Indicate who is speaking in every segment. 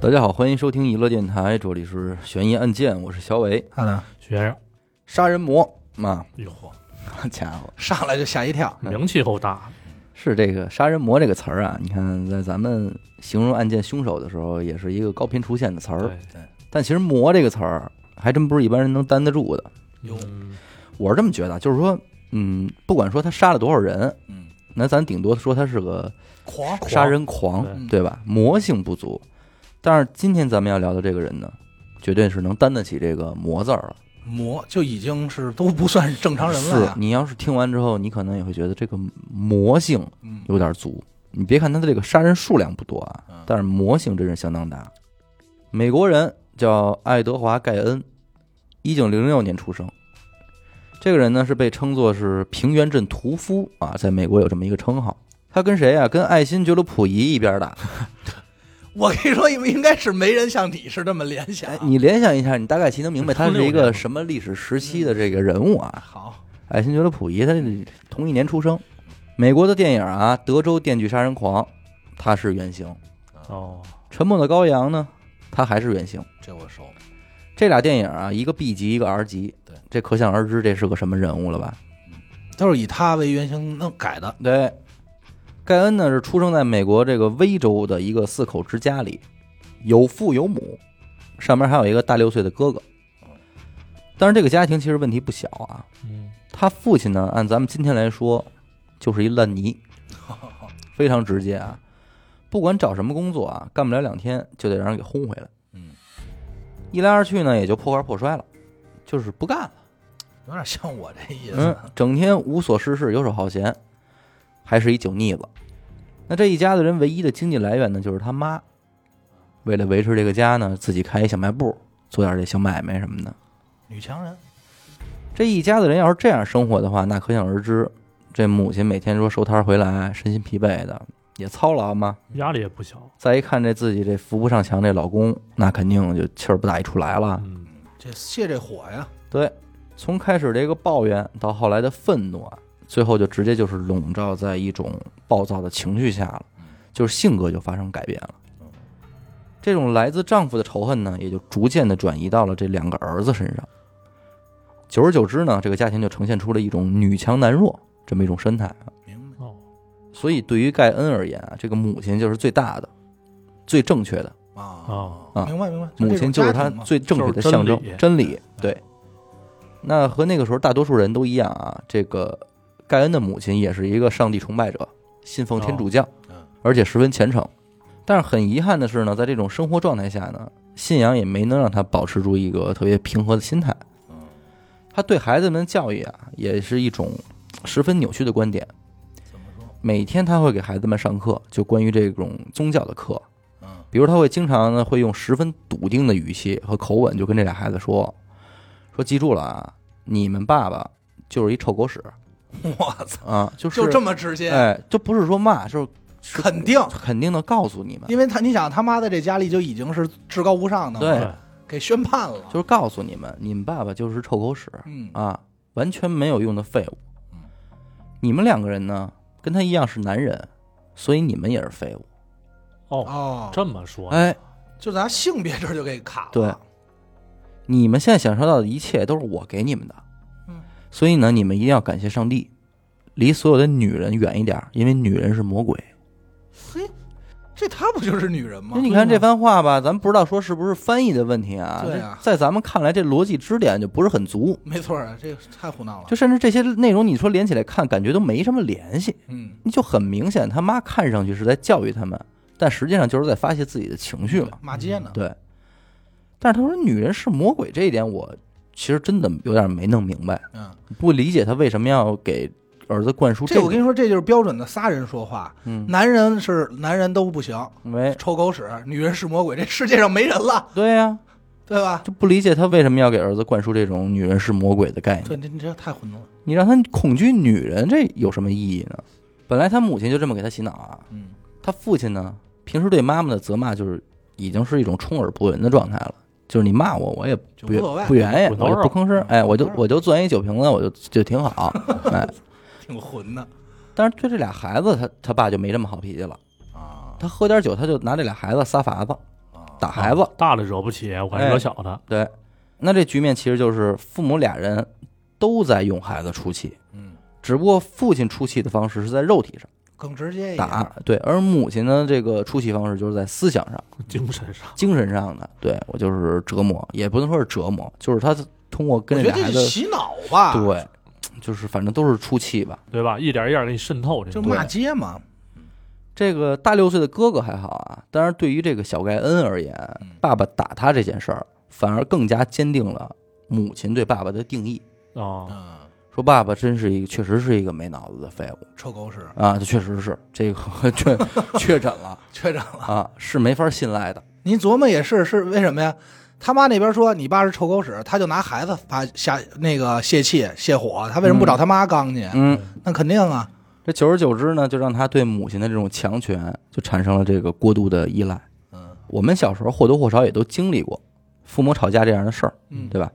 Speaker 1: 大家好，欢迎收听娱乐电台，这里是悬疑案件，我是小伟。
Speaker 2: 看看
Speaker 3: 学生，
Speaker 1: 杀人魔啊，
Speaker 3: 哟呵，
Speaker 1: 好家伙，
Speaker 2: 上来就吓一跳，
Speaker 1: 嗯
Speaker 3: 名气够大，
Speaker 1: 是这个“杀人魔”这个词儿啊？你看，在咱们形容案件凶手的时候，也是一个高频出现的词儿。
Speaker 3: 对，
Speaker 1: 但其实“魔”这个词儿，还真不是一般人能担得住的。
Speaker 2: 有
Speaker 3: 嗯
Speaker 1: 我是这么觉得，就是说，嗯，不管说他杀了多少人，
Speaker 2: 嗯，
Speaker 1: 那咱顶多说他是个
Speaker 2: 狂
Speaker 1: 杀人狂，
Speaker 3: 对
Speaker 1: 对吧？魔性不足。但是今天咱们要聊的这个人呢，绝对是能担得起这个“魔”字儿了。
Speaker 2: 魔就已经是都不算是正常人了呀啊
Speaker 1: 是，啊你要是听完之后，你可能也会觉得这个魔性
Speaker 2: 嗯，
Speaker 1: 有点足。你别看他的这个杀人数量不多啊
Speaker 2: 嗯，
Speaker 1: 但是魔性真是相当大。美国人叫爱德华·盖恩，一九零六年出生。这个人呢是被称作是平原镇屠夫啊，在美国有这么一个称号。他跟谁啊？跟爱新觉罗·溥仪一边打。
Speaker 2: 我跟你说，应该是没人像你是这么联想啊
Speaker 1: 哎，。你联想一下，你大概其能明白他是一
Speaker 3: 06年
Speaker 1: 个
Speaker 3: 嘛
Speaker 1: 什么历史时期的这个人物啊。
Speaker 2: 好，
Speaker 1: 爱新觉罗·溥仪，他同一年出生。美国的电影啊，《德州电锯杀人狂》，他是原型；《
Speaker 3: 哦，
Speaker 1: 沉默的羔羊》呢，他还是原型。
Speaker 2: 这我熟，
Speaker 1: 这俩电影啊，一个 B 级，一个 R 级，
Speaker 2: 对，
Speaker 1: 这可想而知，这是个什么人物了吧？
Speaker 2: 都是以他为原型弄改的。
Speaker 1: 对，盖恩呢是出生在美国这个威州的一个四口之家里，有父有母，上面还有一个大六岁的哥哥。但是这个家庭其实问题不小啊，
Speaker 3: 嗯，
Speaker 1: 他父亲呢，按咱们今天来说，就是一烂泥，非常直接啊。不管找什么工作啊，干不了两天就得让人给轰回来。
Speaker 2: 嗯，
Speaker 1: 一来二去呢，也就破罐破摔了，就是不干了。
Speaker 2: 有点像我这意
Speaker 1: 嗯
Speaker 2: 思。，
Speaker 1: 整天无所事事，游手好闲，还是一酒腻子。那这一家子人唯一的经济来源呢，就是他妈。为了维持这个家呢，自己开一小卖部，做点这小买卖什么的。
Speaker 2: 女强人，
Speaker 1: 这一家子人要是这样生活的话，那可想而知，这母亲每天说收摊儿回来，身心疲惫的，也操劳嘛。
Speaker 3: 压力也不小，
Speaker 1: 再一看这自己这扶不上墙这老公，那肯定就气儿不打一处来了。
Speaker 3: 嗯，
Speaker 2: 这泄这火呀，
Speaker 1: 对，从开始这个抱怨到后来的愤怒啊，最后就直接就是笼罩在一种暴躁的情绪下了，就是性格就发生改变了。这种来自丈夫的仇恨呢，也就逐渐的转移到了这两个儿子身上。久而久之呢，这个家庭就呈现出了一种女强男弱这么一种生态。啊
Speaker 2: 明白？
Speaker 3: 哦，
Speaker 1: 所以对于盖恩而言啊，这个母亲就是最大的、最正确的，
Speaker 2: 啊
Speaker 3: 哦
Speaker 1: 啊
Speaker 2: 明白明白。
Speaker 1: 母亲就是他
Speaker 2: 这种家庭嘛
Speaker 1: 最正确的象征，
Speaker 3: 就是
Speaker 1: 真理。
Speaker 2: 哎
Speaker 1: 对，那和那个时候大多数人都一样啊，这个盖恩的母亲也是一个上帝崇拜者，信奉天主教，
Speaker 2: 嗯
Speaker 1: 而且十分虔诚。但是很遗憾的是呢，在这种生活状态下呢，信仰也没能让他保持住一个特别平和的心态。
Speaker 2: 嗯
Speaker 1: 他对孩子们的教育啊，也是一种十分扭曲的观点。
Speaker 2: 怎么说？
Speaker 1: 每天他会给孩子们上课，就关于这种宗教的课。
Speaker 2: 嗯，
Speaker 1: 比如他会经常呢会用十分笃定的语气和口吻就跟这俩孩子说：“说记住了啊，你们爸爸就是一臭狗屎
Speaker 2: 我操，
Speaker 1: 啊，就是
Speaker 2: 就这么直接，
Speaker 1: 哎，就不是说骂，就是
Speaker 2: 肯定。
Speaker 1: 肯定的告诉你们，
Speaker 2: 因为他，你想他妈在这家里就已经是至高无上的了，
Speaker 1: 对
Speaker 3: 对，
Speaker 2: 给宣判了，
Speaker 1: 就是告诉你们，你们爸爸就是臭狗屎
Speaker 2: 嗯
Speaker 1: 啊，完全没有用的废物
Speaker 2: 嗯。
Speaker 1: 你们两个人呢，跟他一样是男人，所以你们也是废物。
Speaker 3: 哦，
Speaker 2: 哦，
Speaker 3: 这么说，
Speaker 1: 哎，
Speaker 2: 就咱性别这儿就给卡了，
Speaker 1: 对，你们现在享受到的一切都是我给你们的，
Speaker 2: 嗯，
Speaker 1: 所以呢，你们一定要感谢上帝，离所有的女人远一点儿，因为女人是魔鬼。
Speaker 2: 嘿，这她不就是女人吗
Speaker 1: 那？你看这番话吧，咱不知道说是不是翻译的问题啊？
Speaker 2: 对啊
Speaker 1: 这在咱们看来，这逻辑支点就不是很足，
Speaker 2: 没错啊，这个太胡闹了，
Speaker 1: 就甚至这些内容，你说连起来看，感觉都没什么联系，
Speaker 2: 嗯，
Speaker 1: 你就很明显，他妈看上去是在教育他们，但实际上就是在发泄自己的情绪嘛。
Speaker 2: 骂街呢，
Speaker 1: 对，但是他说女人是魔鬼这一点，我其实真的有点没弄明白，
Speaker 2: 嗯，
Speaker 1: 不理解他为什么要给儿子灌输
Speaker 2: 这
Speaker 1: 个
Speaker 2: 我跟你说，这就是标准的仨人说话，
Speaker 1: 嗯
Speaker 2: 男人是男人都不行，
Speaker 1: 没
Speaker 2: 臭狗屎，女人是魔鬼，这世界上没人了，
Speaker 1: 对呀、
Speaker 2: 对吧？
Speaker 1: 就不理解他为什么要给儿子灌输这种女人是魔鬼的概念。
Speaker 2: 对，你你这太混乱了，
Speaker 1: 你让他恐惧女人，这有什么意义呢？本来他母亲就这么给他洗脑啊，
Speaker 2: 嗯，
Speaker 1: 他父亲呢，平时对妈妈的责骂就是已经是一种充耳不闻的状态了，就是你骂我，我也
Speaker 2: 就
Speaker 1: 不
Speaker 2: 无所谓
Speaker 1: 不原也，
Speaker 3: 滚
Speaker 1: 我
Speaker 3: 刀
Speaker 1: 也不
Speaker 3: 肉
Speaker 1: 吭声，哎，我就我就攥一酒瓶子，我就就挺好， 哎。
Speaker 2: 挺混的
Speaker 1: 但是对这俩孩子，他他爸就没这么好脾气了，
Speaker 2: 啊
Speaker 1: 他喝点酒，他就拿这俩孩子撒法子，
Speaker 2: 啊，
Speaker 1: 打哎孩子。
Speaker 3: 哦大的惹不起，我还
Speaker 1: 哎
Speaker 3: 惹小的，
Speaker 1: 对，那这局面其实就是父母俩人都在用孩子出气，
Speaker 2: 嗯，
Speaker 1: 只不过父亲出气的方式是在肉体上
Speaker 2: 更直接一点。
Speaker 1: 打，对，而母亲呢，这个出气方式就是在思想上、
Speaker 3: 精神上
Speaker 1: 精神上的。对我就是折磨，也不能说是折磨，就是他通过
Speaker 2: 我
Speaker 1: 跟这
Speaker 2: 觉得
Speaker 1: 俩孩
Speaker 2: 这
Speaker 1: 子
Speaker 2: 是，洗脑吧？，
Speaker 1: 对，就是反正都是出气吧。
Speaker 3: 对吧？一点一点给你渗透这
Speaker 2: 就
Speaker 3: 个，
Speaker 2: 骂街嘛。
Speaker 1: 这个大六岁的哥哥还好啊，但是对于这个小盖恩而言
Speaker 2: 嗯，
Speaker 1: 爸爸打他这件事儿，反而更加坚定了母亲对爸爸的定义，
Speaker 3: 啊，
Speaker 2: 嗯，
Speaker 1: 说爸爸真是一个，确实是一个没脑子的废物
Speaker 2: 臭狗屎，
Speaker 1: 啊，这确实是这个 确确诊了
Speaker 2: 确诊了。
Speaker 1: 啊，是没法信赖的。
Speaker 2: 您琢磨也是，是为什么呀？他妈那边说你爸是臭狗屎，他就拿孩子发下那个泄气泄火，他为什么不找他妈刚去？
Speaker 1: 嗯，
Speaker 2: 那肯定啊，
Speaker 1: 这久而久之呢，就让他对母亲的这种强权就产生了这个过度的依赖。
Speaker 2: 嗯
Speaker 1: 我们小时候或多或少也都经历过父母吵架这样的事儿，
Speaker 2: 嗯
Speaker 1: 对吧？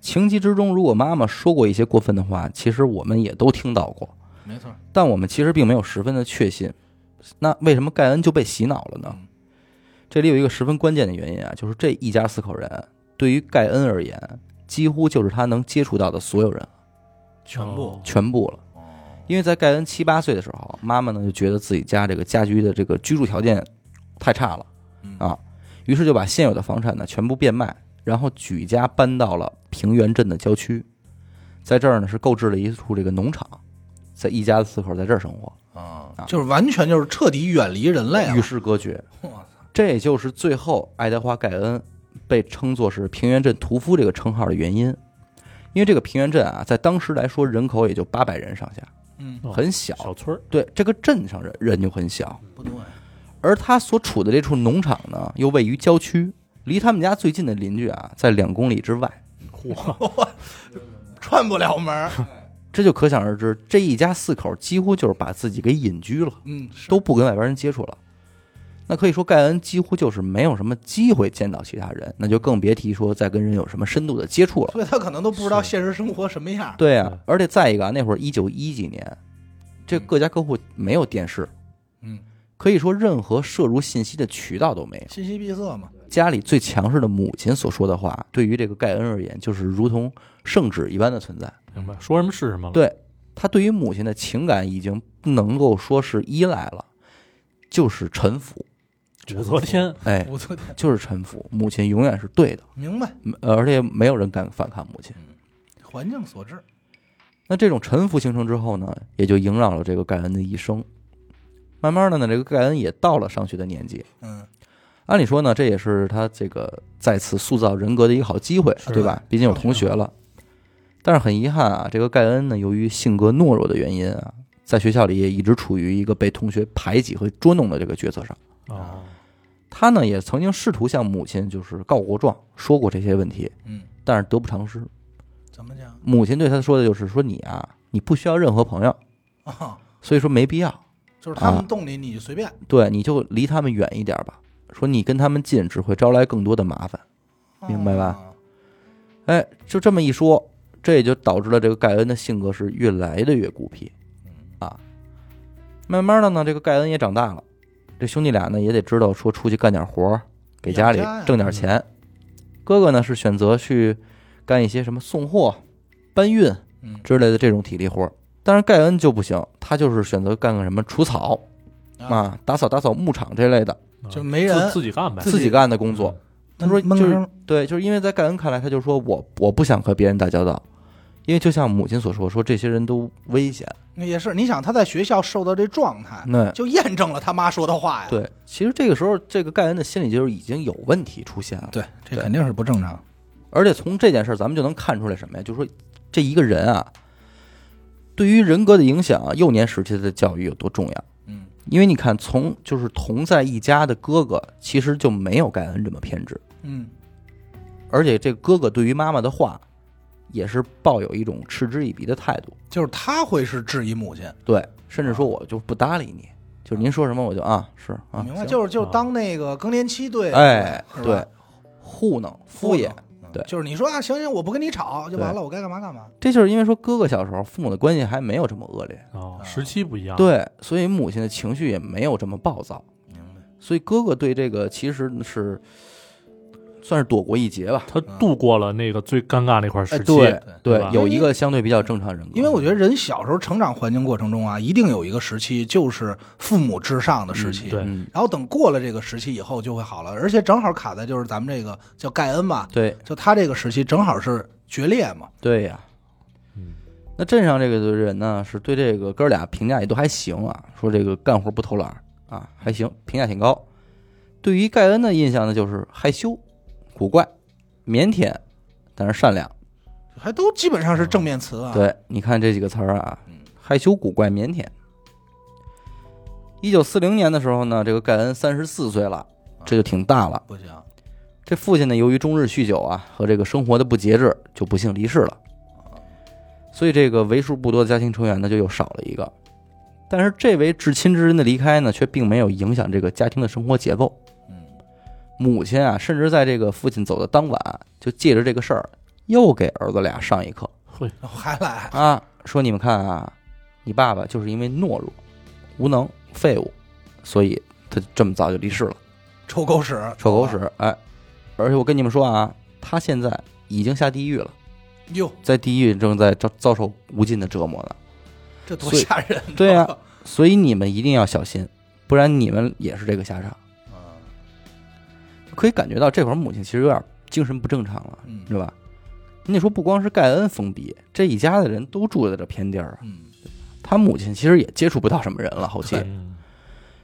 Speaker 1: 情急之中，如果妈妈说过一些过分的话，其实我们也都听到过，
Speaker 2: 没错，
Speaker 1: 但我们其实并没有十分的确信。那为什么盖恩就被洗脑了呢
Speaker 2: 嗯？
Speaker 1: 这里有一个十分关键的原因啊，就是这一家四口人对于盖恩而言，几乎就是他能接触到的所有人
Speaker 2: 全
Speaker 3: 哦
Speaker 2: 部。
Speaker 1: 全部了。因为在盖恩七八岁的时候，妈妈呢就觉得自己家这个家居的这个居住条件太差了
Speaker 2: 嗯
Speaker 1: 啊，于是就把现有的房产呢全部变卖，然后举家搬到了平原镇的郊区，在这儿呢是购置了一处这个农场，在一家四口在这儿生活，
Speaker 2: 啊
Speaker 1: 啊
Speaker 2: 就是完全就是彻底远离人类
Speaker 1: 与
Speaker 2: 了。
Speaker 1: 世隔绝。
Speaker 2: 我操
Speaker 1: 这也就是最后爱德华·盖恩被称作是平原镇屠夫这个称号的原因，因为这个平原镇啊，在当时来说人口也就八百人上下，
Speaker 2: 嗯，
Speaker 3: 哦
Speaker 1: 很小。
Speaker 3: 小村儿，
Speaker 1: 对，这个镇上人人就很小，
Speaker 2: 不对，
Speaker 1: 而他所处的这处农场呢，又位于郊区，离他们家最近的邻居啊，在两公里之外。
Speaker 3: 嚯，
Speaker 2: 串不了门 儿。
Speaker 1: 这就可想而知，这一家四口几乎就是把自己给隐居了，
Speaker 2: 嗯，
Speaker 1: 都不跟外边人接触了。那可以说，盖恩几乎就是没有什么机会见到其他人，那就更别提说再跟人有什么深度的接触了。
Speaker 2: 所以他可能都不知道
Speaker 3: 是
Speaker 2: 现实生活什么样。
Speaker 1: 对啊
Speaker 3: 对，
Speaker 1: 而且再一个啊，那会儿一九一几年，这各家各户没有电视，
Speaker 2: 嗯，
Speaker 1: 可以说任何摄入信息的渠道都没有。
Speaker 2: 信息闭塞嘛。
Speaker 1: 家里最强势的母亲所说的话，对于这个盖恩而言，就是如同圣旨一般的存在。
Speaker 3: 明白，说什么是什么了，
Speaker 1: 对他对于母亲的情感已经不能够说是依赖了，就是臣服。
Speaker 3: 武则天，
Speaker 1: 哎，
Speaker 2: 我 昨天
Speaker 1: 就是臣服，母亲永远是对的，
Speaker 2: 明白，
Speaker 1: 嗯而且没有人敢反抗母亲。
Speaker 2: 环境所致。
Speaker 1: 那这种臣服形成之后呢，也就萦绕了这个盖恩的一生。慢慢的呢，这个盖恩也到了上学的年纪。
Speaker 2: 嗯，
Speaker 1: 按理说呢，这也是他这个再次塑造人格的一个好机会，
Speaker 3: 是啊
Speaker 1: 对吧？毕竟有同学了。但是很遗憾啊，这个盖恩呢，由于性格懦弱的原因啊，在学校里也一直处于一个被同学排挤和捉弄的这个角色上。
Speaker 3: 哦，
Speaker 1: 啊他呢，也曾经试图向母亲就是告过状，说过这些问题，
Speaker 2: 嗯，
Speaker 1: 但是得不偿失。
Speaker 2: 怎么讲
Speaker 1: 母亲对他说的就是说你啊，你不需要任何朋友，
Speaker 2: 啊？
Speaker 1: 所以说没必要，
Speaker 2: 就是他
Speaker 1: 啊
Speaker 2: 们动你，你就随便
Speaker 1: 对，你就离他们远一点吧。说你跟他们近，只会招来更多的麻烦。明白吧？
Speaker 2: 啊
Speaker 1: 哎，就这么一说，这也就导致了这个盖恩的性格是越来的越孤僻
Speaker 2: 嗯
Speaker 1: 啊。慢慢的呢，这个盖恩也长大了，这兄弟俩呢也得知道说出去干点活儿，给家里
Speaker 2: 养家呀
Speaker 1: 挣点钱。哥哥呢是选择去干一些什么送货、搬运
Speaker 2: 嗯
Speaker 1: 之类的这种体力活儿，但是盖恩就不行，他就是选择干个什么除草
Speaker 2: 啊，
Speaker 1: 啊、打扫打扫牧场这类的
Speaker 3: 啊
Speaker 2: 就没人
Speaker 3: 自自己干呗，
Speaker 1: 自己干的工
Speaker 2: 嗯
Speaker 1: 作。他说
Speaker 2: 闷
Speaker 1: 就是
Speaker 2: 声
Speaker 1: 对，就是因为在盖恩看来，他就说我我不想和别人打交道，因为就像母亲所说，说这些人都危险。
Speaker 2: 那也是。你想他在学校受到这状态，
Speaker 1: 那
Speaker 2: 就验证了他妈说的话呀。
Speaker 1: 嗯对，其实这个时候，这个盖恩的心理就是已经有问题出现了。
Speaker 2: 对，这
Speaker 1: 对
Speaker 2: 肯定是不正常。
Speaker 1: 而且从这件事儿，咱们就能看出来什么呀？就是说这一个人啊，对于人格的影响啊，幼年时期的教育有多重要。
Speaker 2: 嗯，
Speaker 1: 因为你看，从就是同在一家的哥哥，其实就没有盖恩这么偏执，
Speaker 2: 嗯，
Speaker 1: 而且这个哥哥对于妈妈的话，也是抱有一种嗤之以鼻的态度。
Speaker 2: 就是他会是质疑母亲，
Speaker 1: 对，甚
Speaker 2: 啊
Speaker 1: 至说我就不搭理你，就是您说什么我就啊是啊，
Speaker 2: 明白？
Speaker 1: 行
Speaker 2: 就是就是
Speaker 3: 啊
Speaker 2: 当那个更年期对，
Speaker 1: 哎
Speaker 2: 是吧
Speaker 1: 对，糊弄敷衍，，对
Speaker 2: 就是你说啊，行行，我不跟你吵就完了，我该干嘛干嘛。
Speaker 1: 这就是因为说哥哥小时候父母的关系还没有这么恶劣，
Speaker 3: 哦，时期不一
Speaker 2: 啊
Speaker 3: 样，，
Speaker 1: 啊对，所以母亲的情绪也没有这么暴躁，
Speaker 2: 明白。
Speaker 1: 所以哥哥对这个其实是算是躲过一劫吧。
Speaker 3: 他度过了那个最尴尬那块时
Speaker 1: 哎，
Speaker 3: 期，
Speaker 1: 对
Speaker 3: 对
Speaker 1: 对
Speaker 3: 吧，
Speaker 1: 有一个相对比较正常人格，
Speaker 2: 因为我觉得人小时候成长环境过程中啊，一定有一个时期就是父母至上的时期，
Speaker 3: 嗯对
Speaker 1: 嗯，
Speaker 2: 然后等过了这个时期以后就会好了，而且正好卡在就是咱们这个叫盖恩吧，
Speaker 1: 对
Speaker 2: 就他这个时期正好是决裂嘛，
Speaker 1: 对呀、
Speaker 3: 嗯
Speaker 1: 那镇上这个的人呢，是对这个哥俩评价也都还行啊，说这个干活不偷懒儿啊，还行，评价挺高。对于盖恩的印象呢，就是害羞、古怪、腼腆，但是善良。
Speaker 2: 还都基本上是正面词啊。，
Speaker 1: 嗯对，你看这几个词儿啊
Speaker 2: 嗯，
Speaker 1: 害羞、古怪、腼腆。一九四零年的时候呢，这个盖恩三十四岁了，这就挺大了。
Speaker 2: 不行，
Speaker 1: 这父亲呢，由于终日酗酒啊和这个生活的不节制，就不幸离世了。所以这个为数不多的家庭成员呢，就又少了一个。但是这位至亲之人的离开呢，却并没有影响这个家庭的生活结构。
Speaker 2: 嗯，
Speaker 1: 母亲啊，甚至在这个父亲走的当晚，就借着这个事儿，又给儿子俩上一课
Speaker 3: 会
Speaker 2: 还来，
Speaker 1: 啊，说你们看啊，你爸爸就是因为懦弱、无能、废物，所以他这么早就离世了。
Speaker 2: 臭狗屎，
Speaker 1: 臭狗！屎！哎，而且我跟你们说啊，他现在已经下地狱了，
Speaker 2: 哟，
Speaker 1: 在地狱正在遭遭受无尽的折磨呢。
Speaker 2: 这多吓人！啊
Speaker 1: 对啊呀、所以你们一定要小心，不然你们也是这个下场。
Speaker 2: 嗯
Speaker 1: 可以感觉到这会儿母亲其实有点精神不正常了，
Speaker 2: 嗯
Speaker 1: 是吧？你得说不光是盖恩封闭，这一家子人都住在这偏地儿啊。
Speaker 2: 嗯，
Speaker 1: 他母亲其实也接触不到什么人了，后期
Speaker 2: 对
Speaker 3: 嗯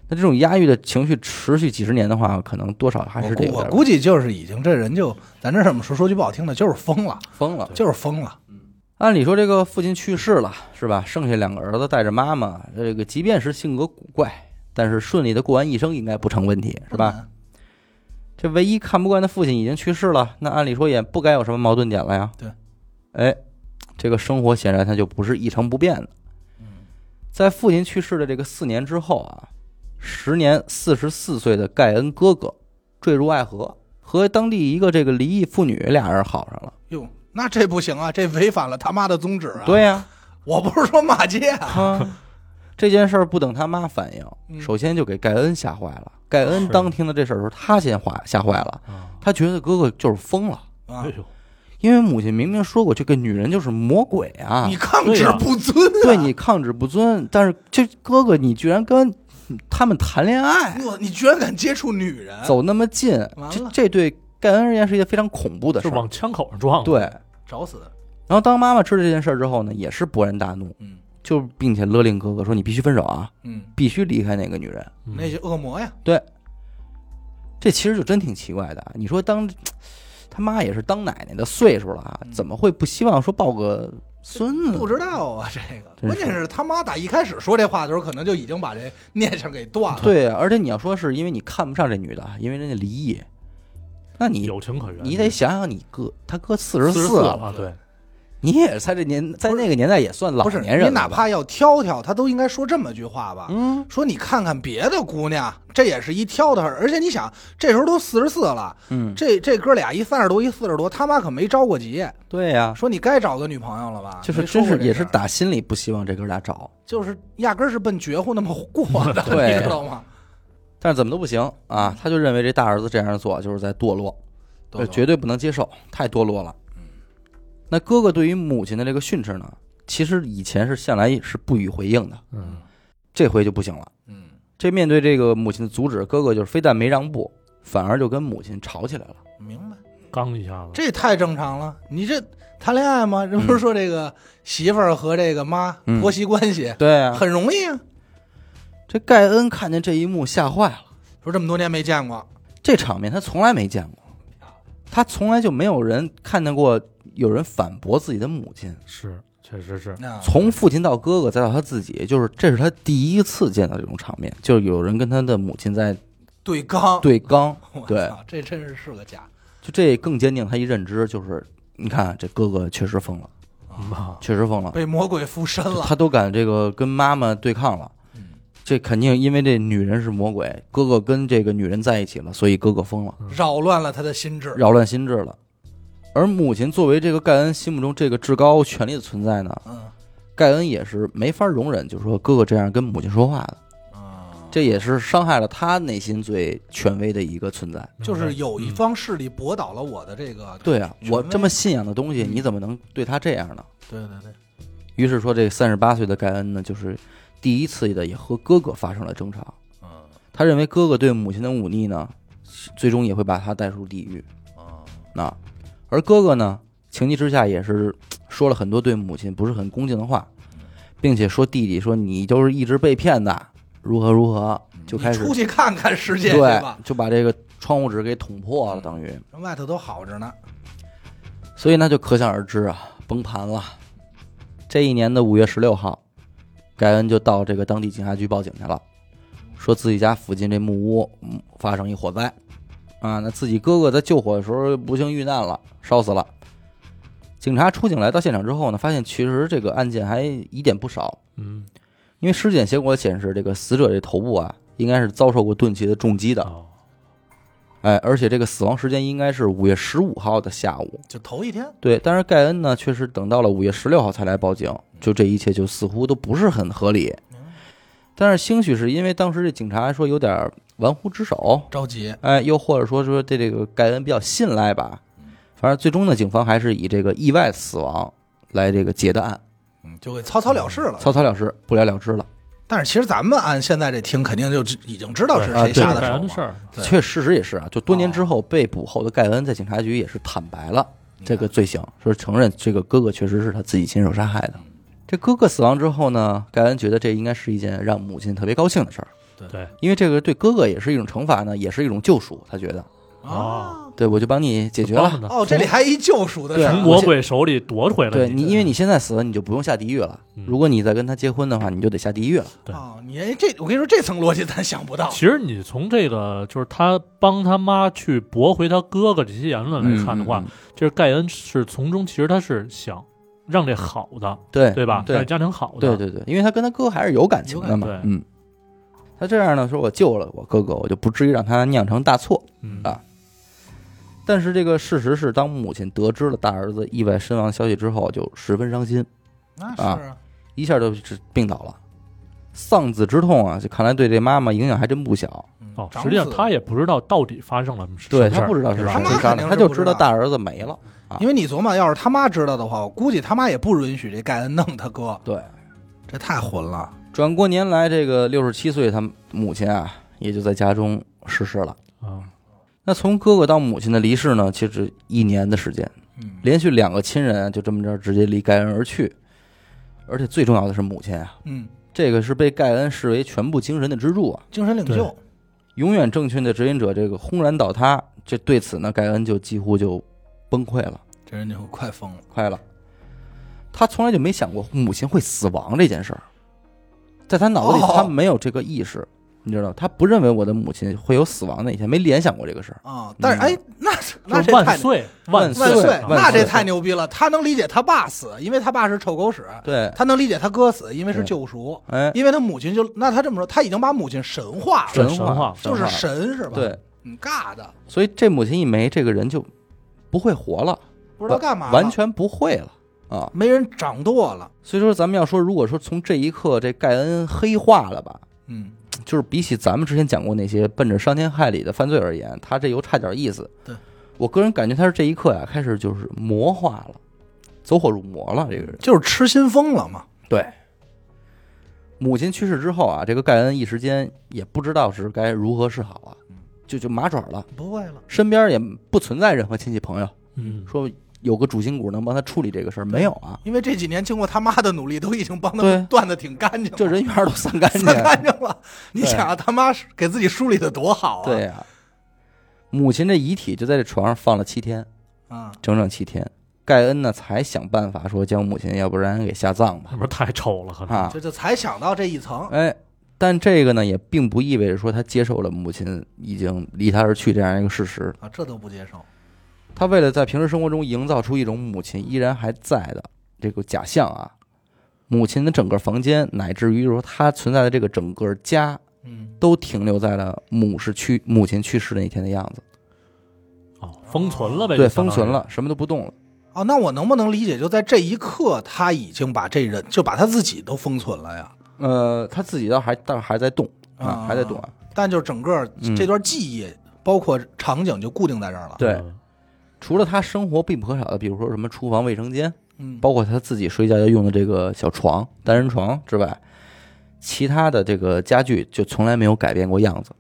Speaker 1: 那这种压抑的情绪持续几十年的话，可能多少还
Speaker 2: 我
Speaker 1: 是得有
Speaker 2: 估我
Speaker 1: 点
Speaker 2: 估计就是已经这人就咱这怎么说说句不好听的，就是疯了，
Speaker 1: 疯了。
Speaker 2: 就是疯了。
Speaker 1: 按理说，这个父亲去世了，是吧？剩下两个儿子带着妈妈，这个即便是性格古怪，但是顺利的过完一生应该不成问题，是
Speaker 2: 嗯
Speaker 1: 吧？？这唯一看不惯的父亲已经去世了，那按理说也不该有什么矛盾点了呀。
Speaker 2: 对，
Speaker 1: 哎，这个生活显然它就不是一成不变的。
Speaker 2: 嗯
Speaker 1: 在父亲去世的这个四年之后啊，时年四十四岁的盖恩哥哥坠入爱河，和当地一个这个离异妇女俩人好上了。
Speaker 2: 哟，那这不行啊，这违反了他妈的宗旨啊！，
Speaker 1: 对呀、
Speaker 2: 我不是说骂街啊，
Speaker 1: 啊， 这件事儿不等他妈反应，
Speaker 2: 嗯
Speaker 1: 首先就给盖恩吓坏了。盖恩当听到这事儿的时候，他先坏吓坏了，
Speaker 3: 啊，
Speaker 1: 他觉得哥哥就是疯了，
Speaker 2: 啊
Speaker 3: 哎呦，
Speaker 1: 因为母亲明明说过这个女人就是魔鬼啊
Speaker 2: 你，抗旨不遵啊，
Speaker 1: 对你抗旨不遵，但是这哥哥你居然跟他们谈恋爱，
Speaker 2: 哟，你居然敢接触女人，
Speaker 1: 走那么近，
Speaker 2: 完
Speaker 1: 这
Speaker 2: 了
Speaker 1: 这对盖恩而言是一件非常恐怖的事
Speaker 3: 就
Speaker 1: 儿
Speaker 3: 往。枪口上撞，
Speaker 1: 对，，
Speaker 2: 找死！
Speaker 1: 然后当妈妈知道这件事儿之后呢，也是勃然大怒，
Speaker 2: 嗯
Speaker 1: 就并且勒令哥哥说：“你必须分手啊，
Speaker 2: 嗯，
Speaker 1: 必须离开那个女人。”
Speaker 3: 嗯
Speaker 2: 那些恶魔呀，
Speaker 1: 这其实就真挺奇怪的啊。你说当他妈也是当奶奶的岁数了啊，
Speaker 2: 嗯
Speaker 1: 怎么会不希望说抱个孙
Speaker 2: 不
Speaker 1: 子？
Speaker 2: 知道啊，这个
Speaker 1: 嗯真
Speaker 2: 关
Speaker 1: 是
Speaker 2: 键是他妈打一开始说这话的时候，可能就已经把这念想给断了。
Speaker 1: 对啊，而且你要说是因为你看不上这女的啊，因为人家离异，那你
Speaker 3: 有情可原，
Speaker 1: 你得想想你哥他哥四啊十
Speaker 3: 四
Speaker 1: 四了，
Speaker 3: 了，对，
Speaker 1: 你也在这年在那个年代也算老
Speaker 2: 不是
Speaker 1: 年人了吧
Speaker 2: 你哪怕要挑挑，他都应该说这么句话吧？
Speaker 1: 嗯
Speaker 2: 说你看看别的姑娘，这也是一挑的事儿。而且你想，这时候都四十四了，
Speaker 1: 嗯，
Speaker 2: 这这哥俩一三十多，一四十多，他妈可没着过急。
Speaker 1: 对呀、
Speaker 2: 说你该找个女朋友了吧？
Speaker 1: 就是
Speaker 2: 没说
Speaker 1: 真
Speaker 2: 过
Speaker 1: 是
Speaker 2: 这
Speaker 1: 也
Speaker 2: 事
Speaker 1: 是
Speaker 2: 儿，
Speaker 1: 打心里不希望这哥俩找，
Speaker 2: 就是压根儿是奔绝户那么过的，
Speaker 1: 对
Speaker 2: 你知道吗？
Speaker 1: 但是怎么都不行啊，他就认为这大儿子这样做就是在堕落，这呃绝对不能接受，太堕落了。那哥哥对于母亲的这个训斥呢，其实以前是向来是不予回应的，
Speaker 3: 嗯，
Speaker 1: 这回就不行了。
Speaker 2: 嗯
Speaker 1: 这面对这个母亲的阻止，哥哥就是非但没让步，反而就跟母亲吵起来了。
Speaker 2: 明白。
Speaker 3: 刚一下子，
Speaker 2: 这太正常了。你这谈恋爱吗？人不是说这个媳妇儿和这个妈、
Speaker 1: 嗯
Speaker 2: 婆媳关系
Speaker 1: 对啊，
Speaker 2: 很容易啊，
Speaker 1: 这盖恩看见这一幕吓坏了，
Speaker 2: 说这么多年没见过，
Speaker 1: 这场面他从来没见过，他从来就没有人看见过有人反驳自己的母亲。
Speaker 3: 是确实
Speaker 1: 啊
Speaker 3: 是，
Speaker 2: 那
Speaker 1: 从父亲到哥哥，再到他自己，就是这是他第一次见到这种场面，就是有人跟他的母亲在
Speaker 2: 对刚，
Speaker 1: 对刚
Speaker 2: 我，
Speaker 1: 对，
Speaker 2: 操，这真是是个家。
Speaker 1: 就这更坚定他一认知，就是你看这哥哥确实疯了，
Speaker 3: 嗯啊，
Speaker 1: 确实疯了，
Speaker 2: 被魔鬼附身了，
Speaker 1: 他都敢这个跟妈妈对抗了
Speaker 2: 嗯。
Speaker 1: 这肯定因为这女人是魔鬼，哥哥跟这个女人在一起了，所以哥哥疯了，
Speaker 2: 扰乱了他的心智。
Speaker 1: 扰乱心智了。而母亲作为这个盖恩心目中这个至高权力的存在呢，
Speaker 2: 嗯
Speaker 1: 盖恩也是没法容忍，就是说哥哥这样跟母亲说话的，
Speaker 2: 啊，
Speaker 1: 这也是伤害了他内心最权威的一个存在。
Speaker 3: 明白
Speaker 2: 就是有一
Speaker 3: 嗯
Speaker 2: 方势力驳倒了我的这个，
Speaker 1: 对啊，
Speaker 2: 权威
Speaker 1: 我这么信仰的东西，你怎么能对他这样呢？
Speaker 2: 对对啊对，
Speaker 1: 于是说，这三十八岁的盖恩呢，就是第一次的也和哥哥发生了争吵。
Speaker 2: 嗯
Speaker 1: 他认为哥哥对母亲的忤逆呢，最终也会把他带入地狱。
Speaker 2: 啊
Speaker 1: 那而哥哥呢，情急之下也是嘖说了很多对母亲不是很恭敬的话，
Speaker 2: 嗯
Speaker 1: 并且说弟弟说你就是一直被骗的，如何如何，就开始
Speaker 2: 嗯你出去看看世界去
Speaker 1: 对
Speaker 2: 吧，，
Speaker 1: 就把这个窗户纸给捅破了，等于，
Speaker 2: 人外头都好着呢，
Speaker 1: 所以那就可想而知啊，崩盘了。这一年的五月十六号，盖恩就到这个当地警察局报警去了，说自己家附近这木屋嗯发生一火灾，啊，那自己哥哥在救火的时候不幸遇难了，烧死了。警察出警来到现场之后呢，发现其实这个案件还疑点不少，
Speaker 3: 嗯
Speaker 1: 因为尸检结果显示，这个死者这头部啊，应该是遭受过钝器的重击的，
Speaker 3: 哦，
Speaker 1: 哎，而且这个死亡时间应该是五月十五号的下午，
Speaker 2: 就头一天，
Speaker 1: 对，但是盖恩呢，确实等到了五月十六号才来报警，就这一切就似乎都不是很合理。但是兴许是因为当时这警察说有点玩忽职守，
Speaker 2: 着急，
Speaker 1: 哎，又或者说说对这个盖恩比较信赖吧，反正最终呢，警方还是以这个意外死亡来这个结的案，
Speaker 2: 嗯，就给草草了事了。
Speaker 1: 草草了事，不了了之了。
Speaker 2: 但是其实咱们按现在这听，肯定就知已经知道是谁
Speaker 1: 对
Speaker 2: 下
Speaker 1: 啊
Speaker 2: 的
Speaker 3: 干
Speaker 2: 手
Speaker 3: 的
Speaker 2: 了
Speaker 3: 事。儿，
Speaker 2: 对
Speaker 1: 确事实也是啊，就多年之后被捕后的盖恩在警察局也是坦白了这个罪行，说承认这个哥哥确实是他自己亲手杀害的。这哥哥死亡之后呢，盖恩觉得这应该是一件让母亲特别高兴的事儿，
Speaker 3: 对，
Speaker 1: 因为这个对哥哥也是一种惩罚呢，也是一种救赎。他觉得，
Speaker 3: 哦，
Speaker 1: 对我就帮你解决
Speaker 3: 帮着
Speaker 1: 了，
Speaker 3: 呢
Speaker 2: 哦，这里还一救赎的事
Speaker 1: 对啊
Speaker 3: 从
Speaker 2: 儿，
Speaker 3: 魔鬼手里夺回来
Speaker 1: 对你，因为
Speaker 3: 你
Speaker 1: 你现在死了，你就不用下地狱了。
Speaker 3: 嗯
Speaker 1: 如果你再跟他结婚的话，你就得下地 狱了。
Speaker 3: 对
Speaker 2: 哦，你哎这我跟你说，这层逻辑咱想不到。
Speaker 3: 其实你从这个就是他帮他妈去驳回他哥哥这些言论来看的话
Speaker 1: 嗯，嗯嗯
Speaker 3: 就是盖恩是从中其实他是想让这好的，
Speaker 1: 对
Speaker 3: 对吧？
Speaker 1: 对
Speaker 3: 让家庭好
Speaker 1: 对
Speaker 3: 的，
Speaker 1: 对对，因为他跟他哥还是有感情的嘛
Speaker 3: 有感。情
Speaker 1: 嗯，他这样呢，说我救了我哥哥，我就不至于让他酿成大错。
Speaker 3: 嗯
Speaker 1: 啊但是这个事实是，当母亲得知了大儿子意外身亡消息之后，就十分伤心，
Speaker 2: 那
Speaker 1: 啊，一下就是病倒了。丧子之痛啊，就看来对这妈妈影响还真不小。
Speaker 2: 嗯
Speaker 3: 哦，
Speaker 2: 长
Speaker 3: 实际上
Speaker 2: 子
Speaker 3: 他也不知道到底发生了什
Speaker 1: 对
Speaker 3: 么事
Speaker 1: 他
Speaker 3: 儿，
Speaker 1: 不知道是
Speaker 3: 对吧
Speaker 1: 谁
Speaker 2: 他妈
Speaker 1: 杀
Speaker 2: 肯
Speaker 1: 的，
Speaker 2: 定
Speaker 1: 他
Speaker 2: 是
Speaker 1: 就
Speaker 2: 不
Speaker 1: 知
Speaker 2: 知
Speaker 1: 道
Speaker 2: 道
Speaker 1: 大儿子没了。啊
Speaker 2: 因为你琢磨，要是他妈知道的话，我估计他妈也不允许这盖恩弄他哥，
Speaker 1: 对，
Speaker 2: 这太混了。
Speaker 1: 转过年来，这个六十七岁，他母亲啊，也就在家中逝世了。
Speaker 3: 啊，
Speaker 1: 那从哥哥到母亲的离世呢，其实一年的时间，
Speaker 2: 嗯，
Speaker 1: 连续两个亲人啊，就这么着直接离盖恩而去，而且最重要的是母亲啊，
Speaker 2: 嗯，
Speaker 1: 这个是被盖恩视为全部精神的支柱啊，
Speaker 2: 精神领袖，
Speaker 1: 永远正确的指引者这个轰然倒塌，这对此呢，盖恩就几乎就崩溃了，
Speaker 2: 这人就快疯了。
Speaker 1: 快了。他从来就没想过母亲会死亡这件事儿，在他脑子里
Speaker 2: 哦
Speaker 1: 他没有这个意识，你知道，他不认为我的母亲会有死亡那一天，没联想过这个事儿。
Speaker 2: 啊！但是哎，那那
Speaker 3: 就是
Speaker 2: 这
Speaker 3: 万
Speaker 2: 太
Speaker 3: 岁
Speaker 1: 万
Speaker 2: 万
Speaker 1: 岁
Speaker 2: 岁，
Speaker 1: 万
Speaker 2: 那
Speaker 1: 岁
Speaker 2: 这太牛逼了。他能理解他爸死，因为他爸是臭狗屎；
Speaker 1: 对，
Speaker 2: 他能理解他哥死，因为是
Speaker 1: 对
Speaker 2: 救赎。
Speaker 1: 哎，
Speaker 2: 因为他母亲就那他这么说，他已经把母亲神化了，
Speaker 3: 神
Speaker 1: 话
Speaker 3: 话
Speaker 2: 就是
Speaker 1: 神
Speaker 2: 神是吧？
Speaker 1: 话，对，
Speaker 2: 嗯，尬的，
Speaker 1: 所以这母亲一没，这个人就不会活了，
Speaker 2: 不知道干嘛了，
Speaker 1: 完全不会了啊。
Speaker 2: 没人掌舵了。
Speaker 1: 所以说，咱们要说，如果说从这一刻这盖恩黑化了吧，
Speaker 2: 嗯，
Speaker 1: 就是比起咱们之前讲过那些奔着伤天害理的犯罪而言，他这又差点意思。
Speaker 2: 对，
Speaker 1: 我个人感觉他是这一刻呀、开始就是魔化了，走火入魔了。这个人
Speaker 2: 就是痴心疯了嘛。
Speaker 1: 对。母亲去世之后啊，这个盖恩一时间也不知道是该如何是好啊，
Speaker 2: 嗯
Speaker 1: 就就麻爪了，
Speaker 2: 不会了，
Speaker 1: 身边也不存在任何亲戚朋友
Speaker 3: 嗯，
Speaker 1: 说有个主心骨能帮他处理这个事儿，没有啊，
Speaker 2: 因为这几年经过他妈的努力，都已经帮他
Speaker 1: 对
Speaker 2: 们断的挺干净了，
Speaker 1: 这人缘儿都散干净
Speaker 2: 散
Speaker 1: 了。
Speaker 2: 干净了。你想啊，他妈是给自己梳理的多好啊！
Speaker 1: 对呀、母亲这遗体就在这床上放了七天，
Speaker 2: 啊，
Speaker 1: 整整七天。盖恩呢才想办法说将母亲，要不然给下葬吧
Speaker 3: 那不是太丑了，可能
Speaker 1: 啊，
Speaker 2: 这就才想到这一层，
Speaker 1: 哎，但这个呢也并不意味着说他接受了母亲已经离他而去这样一个事实。
Speaker 2: 啊，这都不接受。
Speaker 1: 他为了在平时生活中营造出一种母亲依然还在的这个假象啊，母亲的整个房间乃至于说她存在的这个整个家，
Speaker 2: 嗯，
Speaker 1: 都停留在了母是去母亲去世那一天的样子，
Speaker 3: 哦，封存了呗，
Speaker 1: 对，
Speaker 3: 就相
Speaker 1: 封
Speaker 3: 当于嗯
Speaker 1: 存，了，什么都不动了。
Speaker 2: 哦，那我能不能理解，就在这一刻，他已经把这人就把他自己都封存了呀？
Speaker 1: 呃，他自己倒还倒还在动，啊，
Speaker 2: 啊
Speaker 1: 还得短。
Speaker 2: 但就是整个
Speaker 1: 嗯
Speaker 2: 这段记忆，包括场景就固定在这儿了。
Speaker 1: 对，
Speaker 3: 嗯
Speaker 1: 除了他生活必不可少的，比如说什么厨房、卫生间，
Speaker 2: 嗯，
Speaker 1: 包括他自己睡觉要用的这个小床、单人床之外，其他的这个家具就从来没有改变过样子，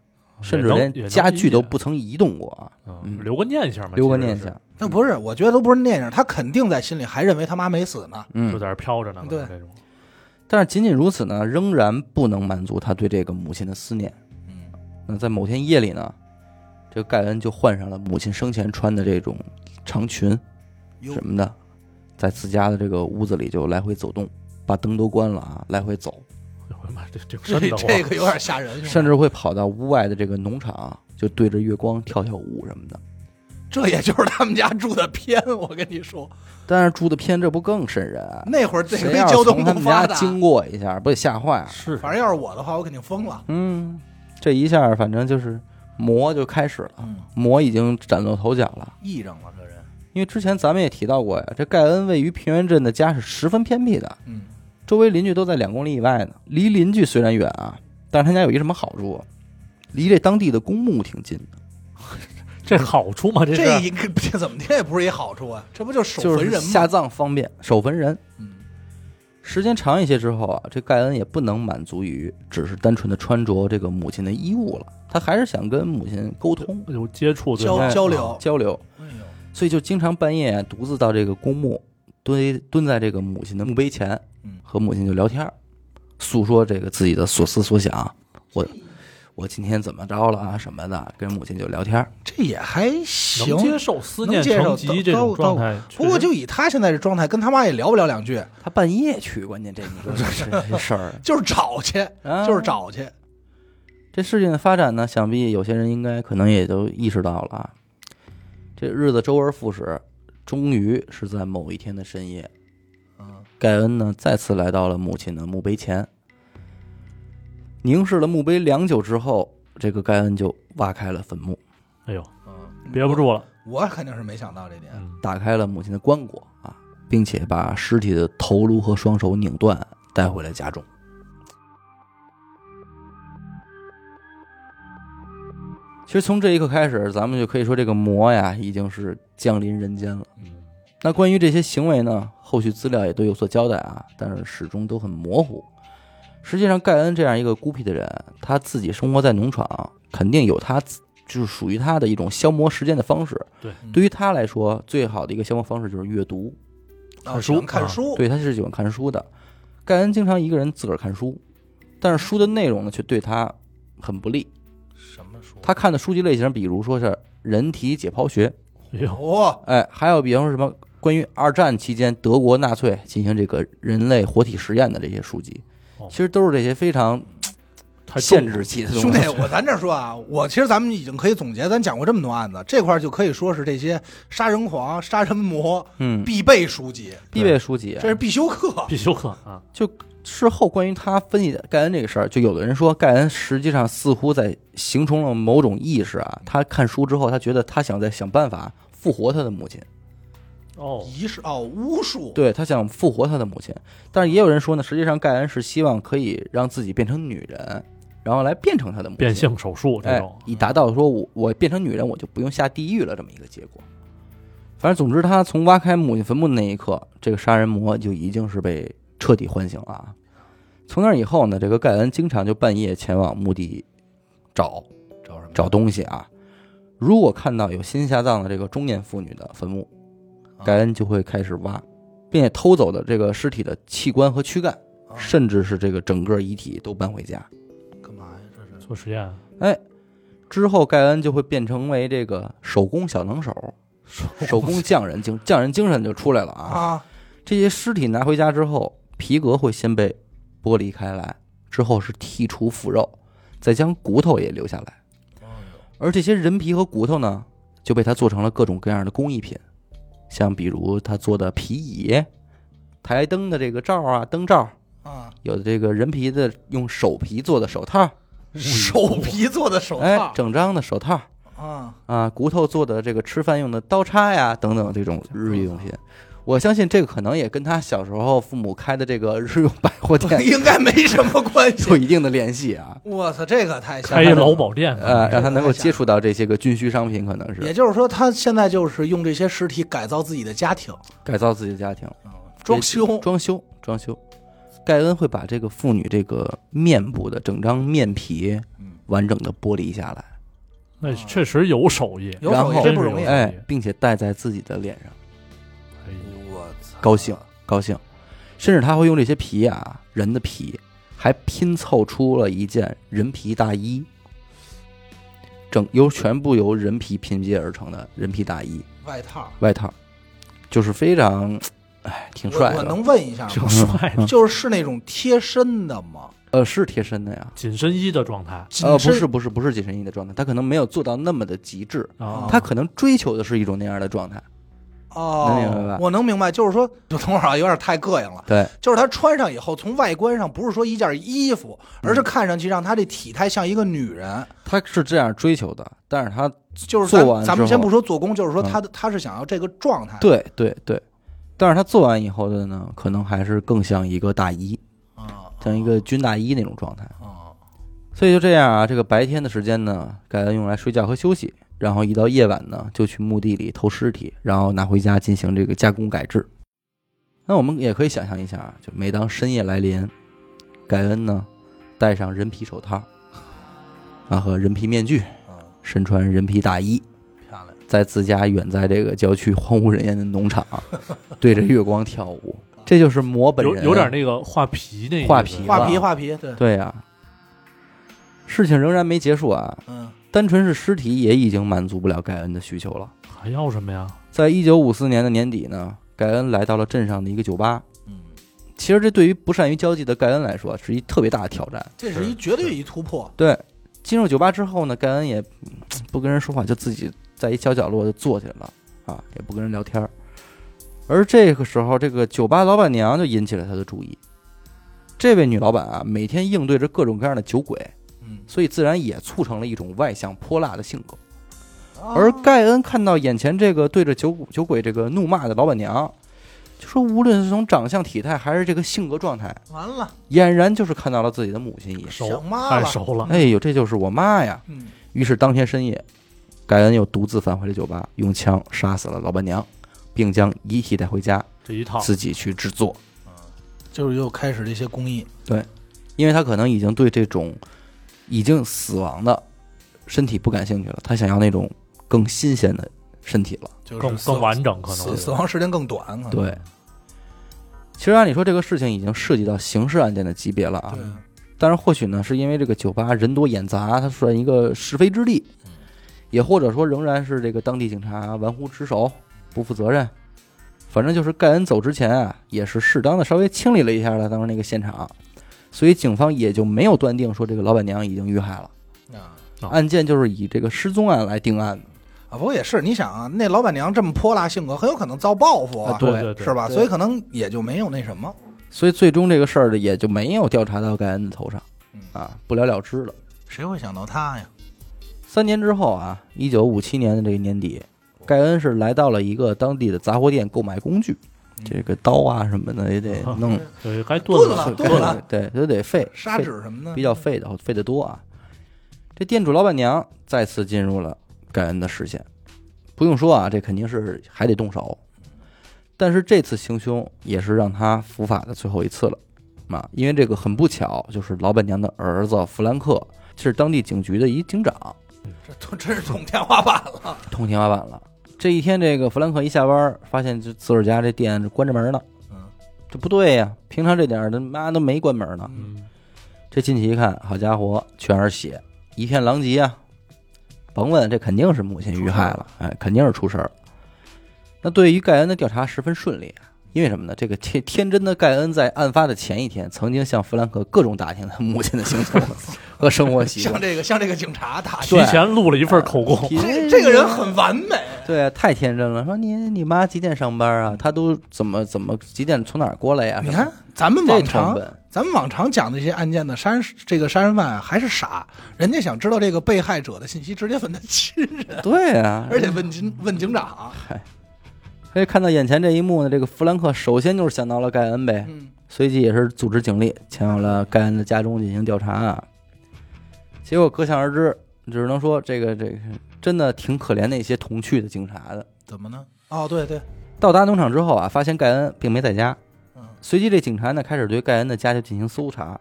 Speaker 1: 甚至
Speaker 3: 也能
Speaker 1: 连
Speaker 3: 也能
Speaker 1: 家具
Speaker 3: 理解
Speaker 1: 都不曾移动过啊，
Speaker 3: 嗯
Speaker 1: 嗯
Speaker 3: 留个念想嘛，
Speaker 1: 留个
Speaker 3: 其实
Speaker 1: 念
Speaker 3: 是
Speaker 1: 想。
Speaker 2: 那不是，我觉得都不是念想，他肯定在心里还认为他妈没死呢。
Speaker 3: 就
Speaker 1: 嗯，
Speaker 3: 在这飘着呢嘛，
Speaker 2: 对
Speaker 3: 这种
Speaker 1: 但是仅仅如此呢，仍然不能满足他对这个母亲的思念。
Speaker 2: 嗯，
Speaker 1: 那在某天夜里呢，这个盖恩就换上了母亲生前穿的这种长裙
Speaker 2: 哟
Speaker 1: 什么的，在自家的这个屋子里就来回走动，把灯都关了啊，来回走，
Speaker 3: 我妈这这
Speaker 2: 这
Speaker 3: 真的
Speaker 2: 这个有点吓人，
Speaker 1: 甚
Speaker 2: 至
Speaker 1: 至会跑到屋外的这个农场，就对着月光跳跳舞什么的。
Speaker 2: 这也就是他们家住的偏。我跟你说，
Speaker 1: 但是住的偏这不更瘆人啊？
Speaker 2: 那会儿这
Speaker 1: 谁
Speaker 2: 没
Speaker 1: 要
Speaker 2: 交
Speaker 1: 是
Speaker 2: 通
Speaker 1: 从他
Speaker 2: 不
Speaker 1: 们
Speaker 2: 发
Speaker 1: 家
Speaker 2: 达，
Speaker 1: 经过一下，不得吓坏啊？
Speaker 3: 是
Speaker 2: 反正要是我的话，我肯定疯了。
Speaker 1: 嗯，这一下反正就是魔就开始了，
Speaker 2: 嗯，
Speaker 1: 魔已经崭露头角了。
Speaker 2: 癔症了这人。
Speaker 1: 因为之前咱们也提到过呀，这盖恩位于平原镇的家是十分偏僻的，
Speaker 2: 嗯，
Speaker 1: 周围邻居都在两公里以外呢。离邻居虽然远啊，但是他家有一什么好处啊？离这当地的公墓挺近的，
Speaker 3: 这好处嘛，这
Speaker 2: 这
Speaker 3: 是
Speaker 2: 一个这怎么听也不是一好处啊，这不就守
Speaker 1: 就
Speaker 2: 坟
Speaker 1: 是
Speaker 2: 人
Speaker 1: 下
Speaker 2: 吗？
Speaker 1: 葬方便，守坟人。
Speaker 2: 嗯
Speaker 1: 时间长一些之后啊，这盖恩也不能满足于只是单纯的穿着这个母亲的衣物了，他还是想跟母亲沟通
Speaker 3: 有接触对
Speaker 2: 交
Speaker 3: 吧
Speaker 2: 交流
Speaker 1: 交流，
Speaker 2: 哎呦，
Speaker 1: 所以就经常半夜啊独自到这个公墓蹲蹲在这个母亲的墓碑前
Speaker 2: 嗯，
Speaker 1: 和母亲就聊天儿，诉说这个自己的所思所想，我我今天怎么着了啊什么的，跟母亲就聊天儿。
Speaker 2: 这也还行
Speaker 3: 能。接受思念
Speaker 2: 能接受
Speaker 3: 成疾这种状态，
Speaker 2: 不过
Speaker 3: 确实
Speaker 2: 就以他现在这状态，跟他妈也聊不了两句，
Speaker 1: 他半夜去，关键这你说这 这事儿
Speaker 2: 就是找去，
Speaker 1: 啊
Speaker 2: 就是找去。
Speaker 1: 这事情的发展呢，想必有些人应该可能也都意识到了啊。这日子周而复始，终于是在某一天的深夜，
Speaker 2: 嗯，
Speaker 1: 盖恩呢再次来到了母亲的墓碑前，凝视了墓碑良久之后，这个盖恩就挖开了坟墓，
Speaker 3: 哎呦
Speaker 2: 嗯
Speaker 3: 憋不住了，
Speaker 2: 我肯定是没想到这点。
Speaker 3: 嗯，
Speaker 1: 打开了母亲的棺椁啊，并且把尸体的头颅和双手拧断，带回了家中。其实从这一刻开始，咱们就可以说这个魔呀已经是降临人间了。
Speaker 2: 嗯
Speaker 1: 那关于这些行为呢，后续资料也都有所交代啊，但是始终都很模糊。实际上，盖恩这样一个孤僻的人，他自己生活在农场，肯定有他自就是属于他的一种消磨时间的方式。
Speaker 2: 嗯
Speaker 1: 对于他来说，最好的一个消磨方式就是阅读。
Speaker 2: 啊
Speaker 3: 看书
Speaker 2: 喜欢看书，
Speaker 1: 对，他是喜欢看书的。盖恩经常一个人自个儿看书，但是书的内容呢，却对他很不利。
Speaker 2: 什么书？
Speaker 1: 他看的书籍类型，比如说是人体解剖学，
Speaker 3: 哎呦，
Speaker 2: 哦，
Speaker 1: 哎，还有比方说什么关于二战期间德国纳粹进行这个人类活体实验的这些书籍
Speaker 3: 哦，
Speaker 1: 其实都是这些非常
Speaker 3: 太
Speaker 1: 限制级的
Speaker 2: 兄
Speaker 1: 东
Speaker 2: 弟
Speaker 1: 西。，
Speaker 2: 我咱这说啊，我其实咱们已经可以总结，咱讲过这么多案子，这块儿就可以说是这些杀人狂、杀人魔
Speaker 1: 嗯，
Speaker 2: 必备书籍，
Speaker 1: 必备书籍啊
Speaker 2: 这。是必修课。
Speaker 3: 必修课啊，
Speaker 1: 事后关于他分析盖恩这个事儿，就有的人说盖恩实际上似乎在形成了某种意识啊。他看书之后，他觉得他想在想办法复活他的母亲。
Speaker 3: 哦，
Speaker 1: 嗯
Speaker 2: 仪式哦，巫术，
Speaker 1: 对他想复活他的母亲，但是也有人说呢，实际上盖恩是希望可以让自己变成女人，然后来变成他的母亲，
Speaker 3: 变性手术这
Speaker 1: 哎
Speaker 3: 种，，
Speaker 1: 以达到说我我变成女人我就不用下地狱了这么一个结果。反正总之，他从挖开母亲坟墓的那一刻，这个杀人魔就已经是被彻底唤醒了啊。从那以后呢，这个盖恩经常就半夜前往墓地找
Speaker 2: 找什么
Speaker 1: 找东西啊。如果看到有新下葬的这个中年妇女的坟墓，盖恩就会开始挖，并且偷走的这个尸体的器官和躯干，
Speaker 2: 啊
Speaker 1: 甚至是这个整个遗体都搬回家。
Speaker 2: 干嘛呀？这是
Speaker 3: 做实验，
Speaker 1: 哎，之后盖恩就会变成为这个手工小能手、手工匠人精匠人精神就出来了啊。
Speaker 2: 啊，
Speaker 1: 这些尸体拿回家之后，皮革会先被剥离开来，之后是剔除腐肉，再将骨头也留下来。而这些人皮和骨头呢，就被他做成了各种各样的工艺品，像比如他做的皮椅、台灯的这个罩啊、灯罩，
Speaker 2: 啊，
Speaker 1: 有的这个人皮的用手皮做的手套，
Speaker 2: 手皮做的手
Speaker 1: 哎，
Speaker 2: 套
Speaker 1: 整张的手套
Speaker 2: 啊，
Speaker 1: 啊，骨头做的这个吃饭用的刀叉呀等等这种日用品。我相信这个可能也跟他小时候父母开的这个日用百货 店
Speaker 2: 应该没什么关系。
Speaker 1: 有一定的联系啊。
Speaker 2: 我操，这个太吓
Speaker 3: 开一
Speaker 2: 人了！
Speaker 3: 劳保店，
Speaker 1: 呃，让他能够接触到这些个军需商品，可能
Speaker 2: 也
Speaker 1: 是
Speaker 2: 就是说，他现在就是用这些尸体改造自己的家庭，
Speaker 1: 改造自己的家庭，
Speaker 2: 装修。
Speaker 1: 装修，装修。盖恩会把这个妇女这个面部的整张面皮
Speaker 2: 嗯
Speaker 1: 完整的剥离下来，
Speaker 3: 那确实有手艺，
Speaker 2: 有
Speaker 1: 然
Speaker 2: 手
Speaker 1: 后
Speaker 2: 艺真不容易啊
Speaker 3: 面。
Speaker 1: 哎
Speaker 3: 皮，
Speaker 1: 并且戴在自己的脸上，
Speaker 3: 哎呦
Speaker 2: 我操，
Speaker 1: 高兴高兴。甚至他会用这些皮啊，人的皮，还拼凑出了一件人皮大衣，整由全部由人皮拼接而成的人皮大衣
Speaker 2: 外套，
Speaker 1: 外套，就是非常，哎，挺帅
Speaker 2: 我我
Speaker 1: 的。
Speaker 2: 能问一下
Speaker 1: 嗯
Speaker 2: 吗，
Speaker 3: 挺 帅的，
Speaker 2: 就是是那种贴身的吗？
Speaker 1: 呃，是贴身的呀。
Speaker 3: 紧身衣的状态
Speaker 2: 紧
Speaker 1: 呃，不
Speaker 2: 身
Speaker 1: 是不是不是紧身衣的状态，他可能没有做到那么的极致，
Speaker 3: 啊，
Speaker 1: 他可能追求的是一种那样的状态。能明白
Speaker 2: 哦
Speaker 1: 吧，
Speaker 2: 我能明白，就是说， 就等会儿啊，有点太膈应了。
Speaker 1: 对，
Speaker 2: 就是他穿上以后，从外观上不是说一件衣服，
Speaker 1: 嗯
Speaker 2: 而是看上去让他这体态像一个女人。
Speaker 1: 他是这样追求的，但是他
Speaker 2: 就是
Speaker 1: 做完
Speaker 2: 咱咱
Speaker 1: 之后
Speaker 2: 们先不说做工，就是说
Speaker 1: 嗯
Speaker 2: 他的他是想要这个状态。
Speaker 1: 对对对，但是他做完以后的呢，可能还是更像一个大衣，
Speaker 2: 啊，
Speaker 1: 像一个军大衣那种状态。
Speaker 2: 啊，
Speaker 1: 所以就这样啊，这个白天的时间呢，盖恩用来睡觉和休息，然后一到夜晚呢，就去墓地里偷尸体，然后拿回家进行这个加工改制。那我们也可以想象一下啊，就每当深夜来临，盖恩呢戴上人皮手套，啊和人皮面具，
Speaker 2: 嗯，
Speaker 1: 身穿人皮大衣，
Speaker 2: 漂亮。
Speaker 1: 在自家远在这个郊区荒无人烟的农场，对着月光跳舞，这就是魔本
Speaker 3: 有
Speaker 1: 人。
Speaker 3: 有点那个画皮那意思
Speaker 1: 画皮
Speaker 2: 画皮画皮，对，
Speaker 1: 对呀、事情仍然没结束啊，
Speaker 2: 嗯，
Speaker 1: 单纯是尸体也已经满足不了盖恩的需求了。
Speaker 3: 还要什么呀？
Speaker 1: 在一九五四年的年底呢，盖恩来到了镇上的一个酒吧。
Speaker 2: 嗯，
Speaker 1: 其实这对于不善于交际的盖恩来说是一特别大的挑战。
Speaker 2: 这是一
Speaker 3: 是
Speaker 2: 绝对一突破。
Speaker 1: 对，进入酒吧之后呢，盖恩也嗯不跟人说话，就自己在一小角落就坐起来了啊，也不跟人聊天儿。而这个时候，这个酒吧老板娘就引起了他的注意。这位女老板啊，每天应对着各种各样的酒鬼，
Speaker 2: 嗯，
Speaker 1: 所以自然也促成了一种外向泼辣的性格。
Speaker 2: 啊
Speaker 1: 而盖恩看到眼前这个对着酒酒鬼这个怒骂的老板娘，就说无论是从长相、体态，还是这个性格状态，
Speaker 2: 完了，
Speaker 1: 俨然就是看到了自己的母亲一样。
Speaker 3: 熟
Speaker 2: 想妈
Speaker 3: 太
Speaker 2: 了
Speaker 3: 熟了，
Speaker 1: 哎呦，这就是我妈呀！
Speaker 2: 嗯，
Speaker 1: 于是当天深夜，盖恩又独自返回了酒吧，用枪杀死了老板娘，并将遗体带回家，
Speaker 3: 这一套
Speaker 1: 自己去制作。
Speaker 2: 就是又开始这些工艺。
Speaker 1: 因为他可能已经对这种已经死亡的身体不感兴趣了，他想要那种更新鲜的身体了。
Speaker 2: 就是
Speaker 3: 更
Speaker 2: 死
Speaker 3: 更完整，可能
Speaker 2: 死死亡时间更短，可能
Speaker 1: 对，其实按理说这个事情已经涉及到刑事案件的级别了啊
Speaker 2: 对，，
Speaker 1: 但是或许呢，是因为这个酒吧人多眼杂，它算一个是非之地，
Speaker 2: 嗯
Speaker 1: 也或者说仍然是这个当地警察玩忽职守，不负责任。反正就是盖恩走之前啊，也是适当的稍微清理了一下他当时那个现场，所以警方也就没有断定说这个老板娘已经遇害了。
Speaker 2: 啊
Speaker 3: 哦
Speaker 1: 案件就是以这个失踪案来定案的。
Speaker 2: 啊，不过也是，你想啊，那老板娘这么泼辣性格，很有可能遭报复
Speaker 1: 啊
Speaker 2: 啊，
Speaker 1: 对
Speaker 3: 对对对，
Speaker 2: 是吧？
Speaker 1: 对
Speaker 2: 所以可能也就没有那什么。
Speaker 1: 所以最终这个事儿也就没有调查到盖恩的头上
Speaker 2: 嗯，
Speaker 1: 啊，不了了之了。
Speaker 2: 谁会想到他呀？
Speaker 1: 三年之后啊，一九五七年的这个年底，盖恩是来到了一个当地的杂货店购买工具，
Speaker 2: 嗯
Speaker 1: 这个刀啊什么的也得弄，
Speaker 3: 对，该
Speaker 2: 炖
Speaker 3: 炖
Speaker 2: 了
Speaker 1: 对
Speaker 2: 啊多了
Speaker 1: 对，都得费
Speaker 2: 砂纸什么的，
Speaker 1: 费比较费的，费得多啊。这店主老板娘再次进入了盖恩的视线，不用说啊，这肯定是还得动手，但是这次行凶也是让他伏法的最后一次了。啊，因为这个很不巧，就是老板娘的儿子弗兰克是当地警局的一警长，
Speaker 2: 这都真是捅天花板了。
Speaker 1: 通天花板了。这一天，这个弗兰克一下班儿，发现这自个儿家这店是关着门呢。
Speaker 2: 嗯，
Speaker 1: 这不对呀，平常这点儿他妈都没关门呢。
Speaker 3: 嗯，
Speaker 1: 这进去一看，好家伙，全是血，一片狼藉啊！甭问，这肯定是母亲遇害了，哎，肯定是出事儿了。那对于盖恩的调查十分顺利，啊因为什么呢？这个天天真的盖恩在案发的前一天，曾经向弗兰克各种打听他母亲的行踪和生活习
Speaker 2: 像
Speaker 1: 惯。
Speaker 2: 这个像这个警察打
Speaker 1: 啊对
Speaker 3: 提前录了一份口供，
Speaker 1: 提
Speaker 2: 这这个人很完美，
Speaker 1: 对，啊太天真了。说你你妈几点上班啊？她都怎么怎么几点从哪儿过来哎呀、
Speaker 2: 嗯你
Speaker 1: 什么
Speaker 2: 看，咱们
Speaker 1: 这
Speaker 2: 往
Speaker 1: 成
Speaker 2: 常
Speaker 1: 本，
Speaker 2: 咱们往常讲的这些案件的杀人这个杀人犯啊还是傻，人家想知道这个被害者的信息，直接问他亲人，
Speaker 1: 对啊，
Speaker 2: 而且问警问警长，
Speaker 1: 所以看到眼前这一幕呢，这个弗兰克首先就是想到了盖恩呗，
Speaker 2: 嗯
Speaker 1: 随即也是组织警力前往了盖恩的家中进行调查啊。结果可想而知，只能说这个这个真的挺可怜那些同去的警察的。
Speaker 2: 怎么呢？哦，对对，
Speaker 1: 到达农场之后啊，发现盖恩并没在家，
Speaker 2: 嗯
Speaker 1: 随即这警察呢开始对盖恩的家就进行搜查啊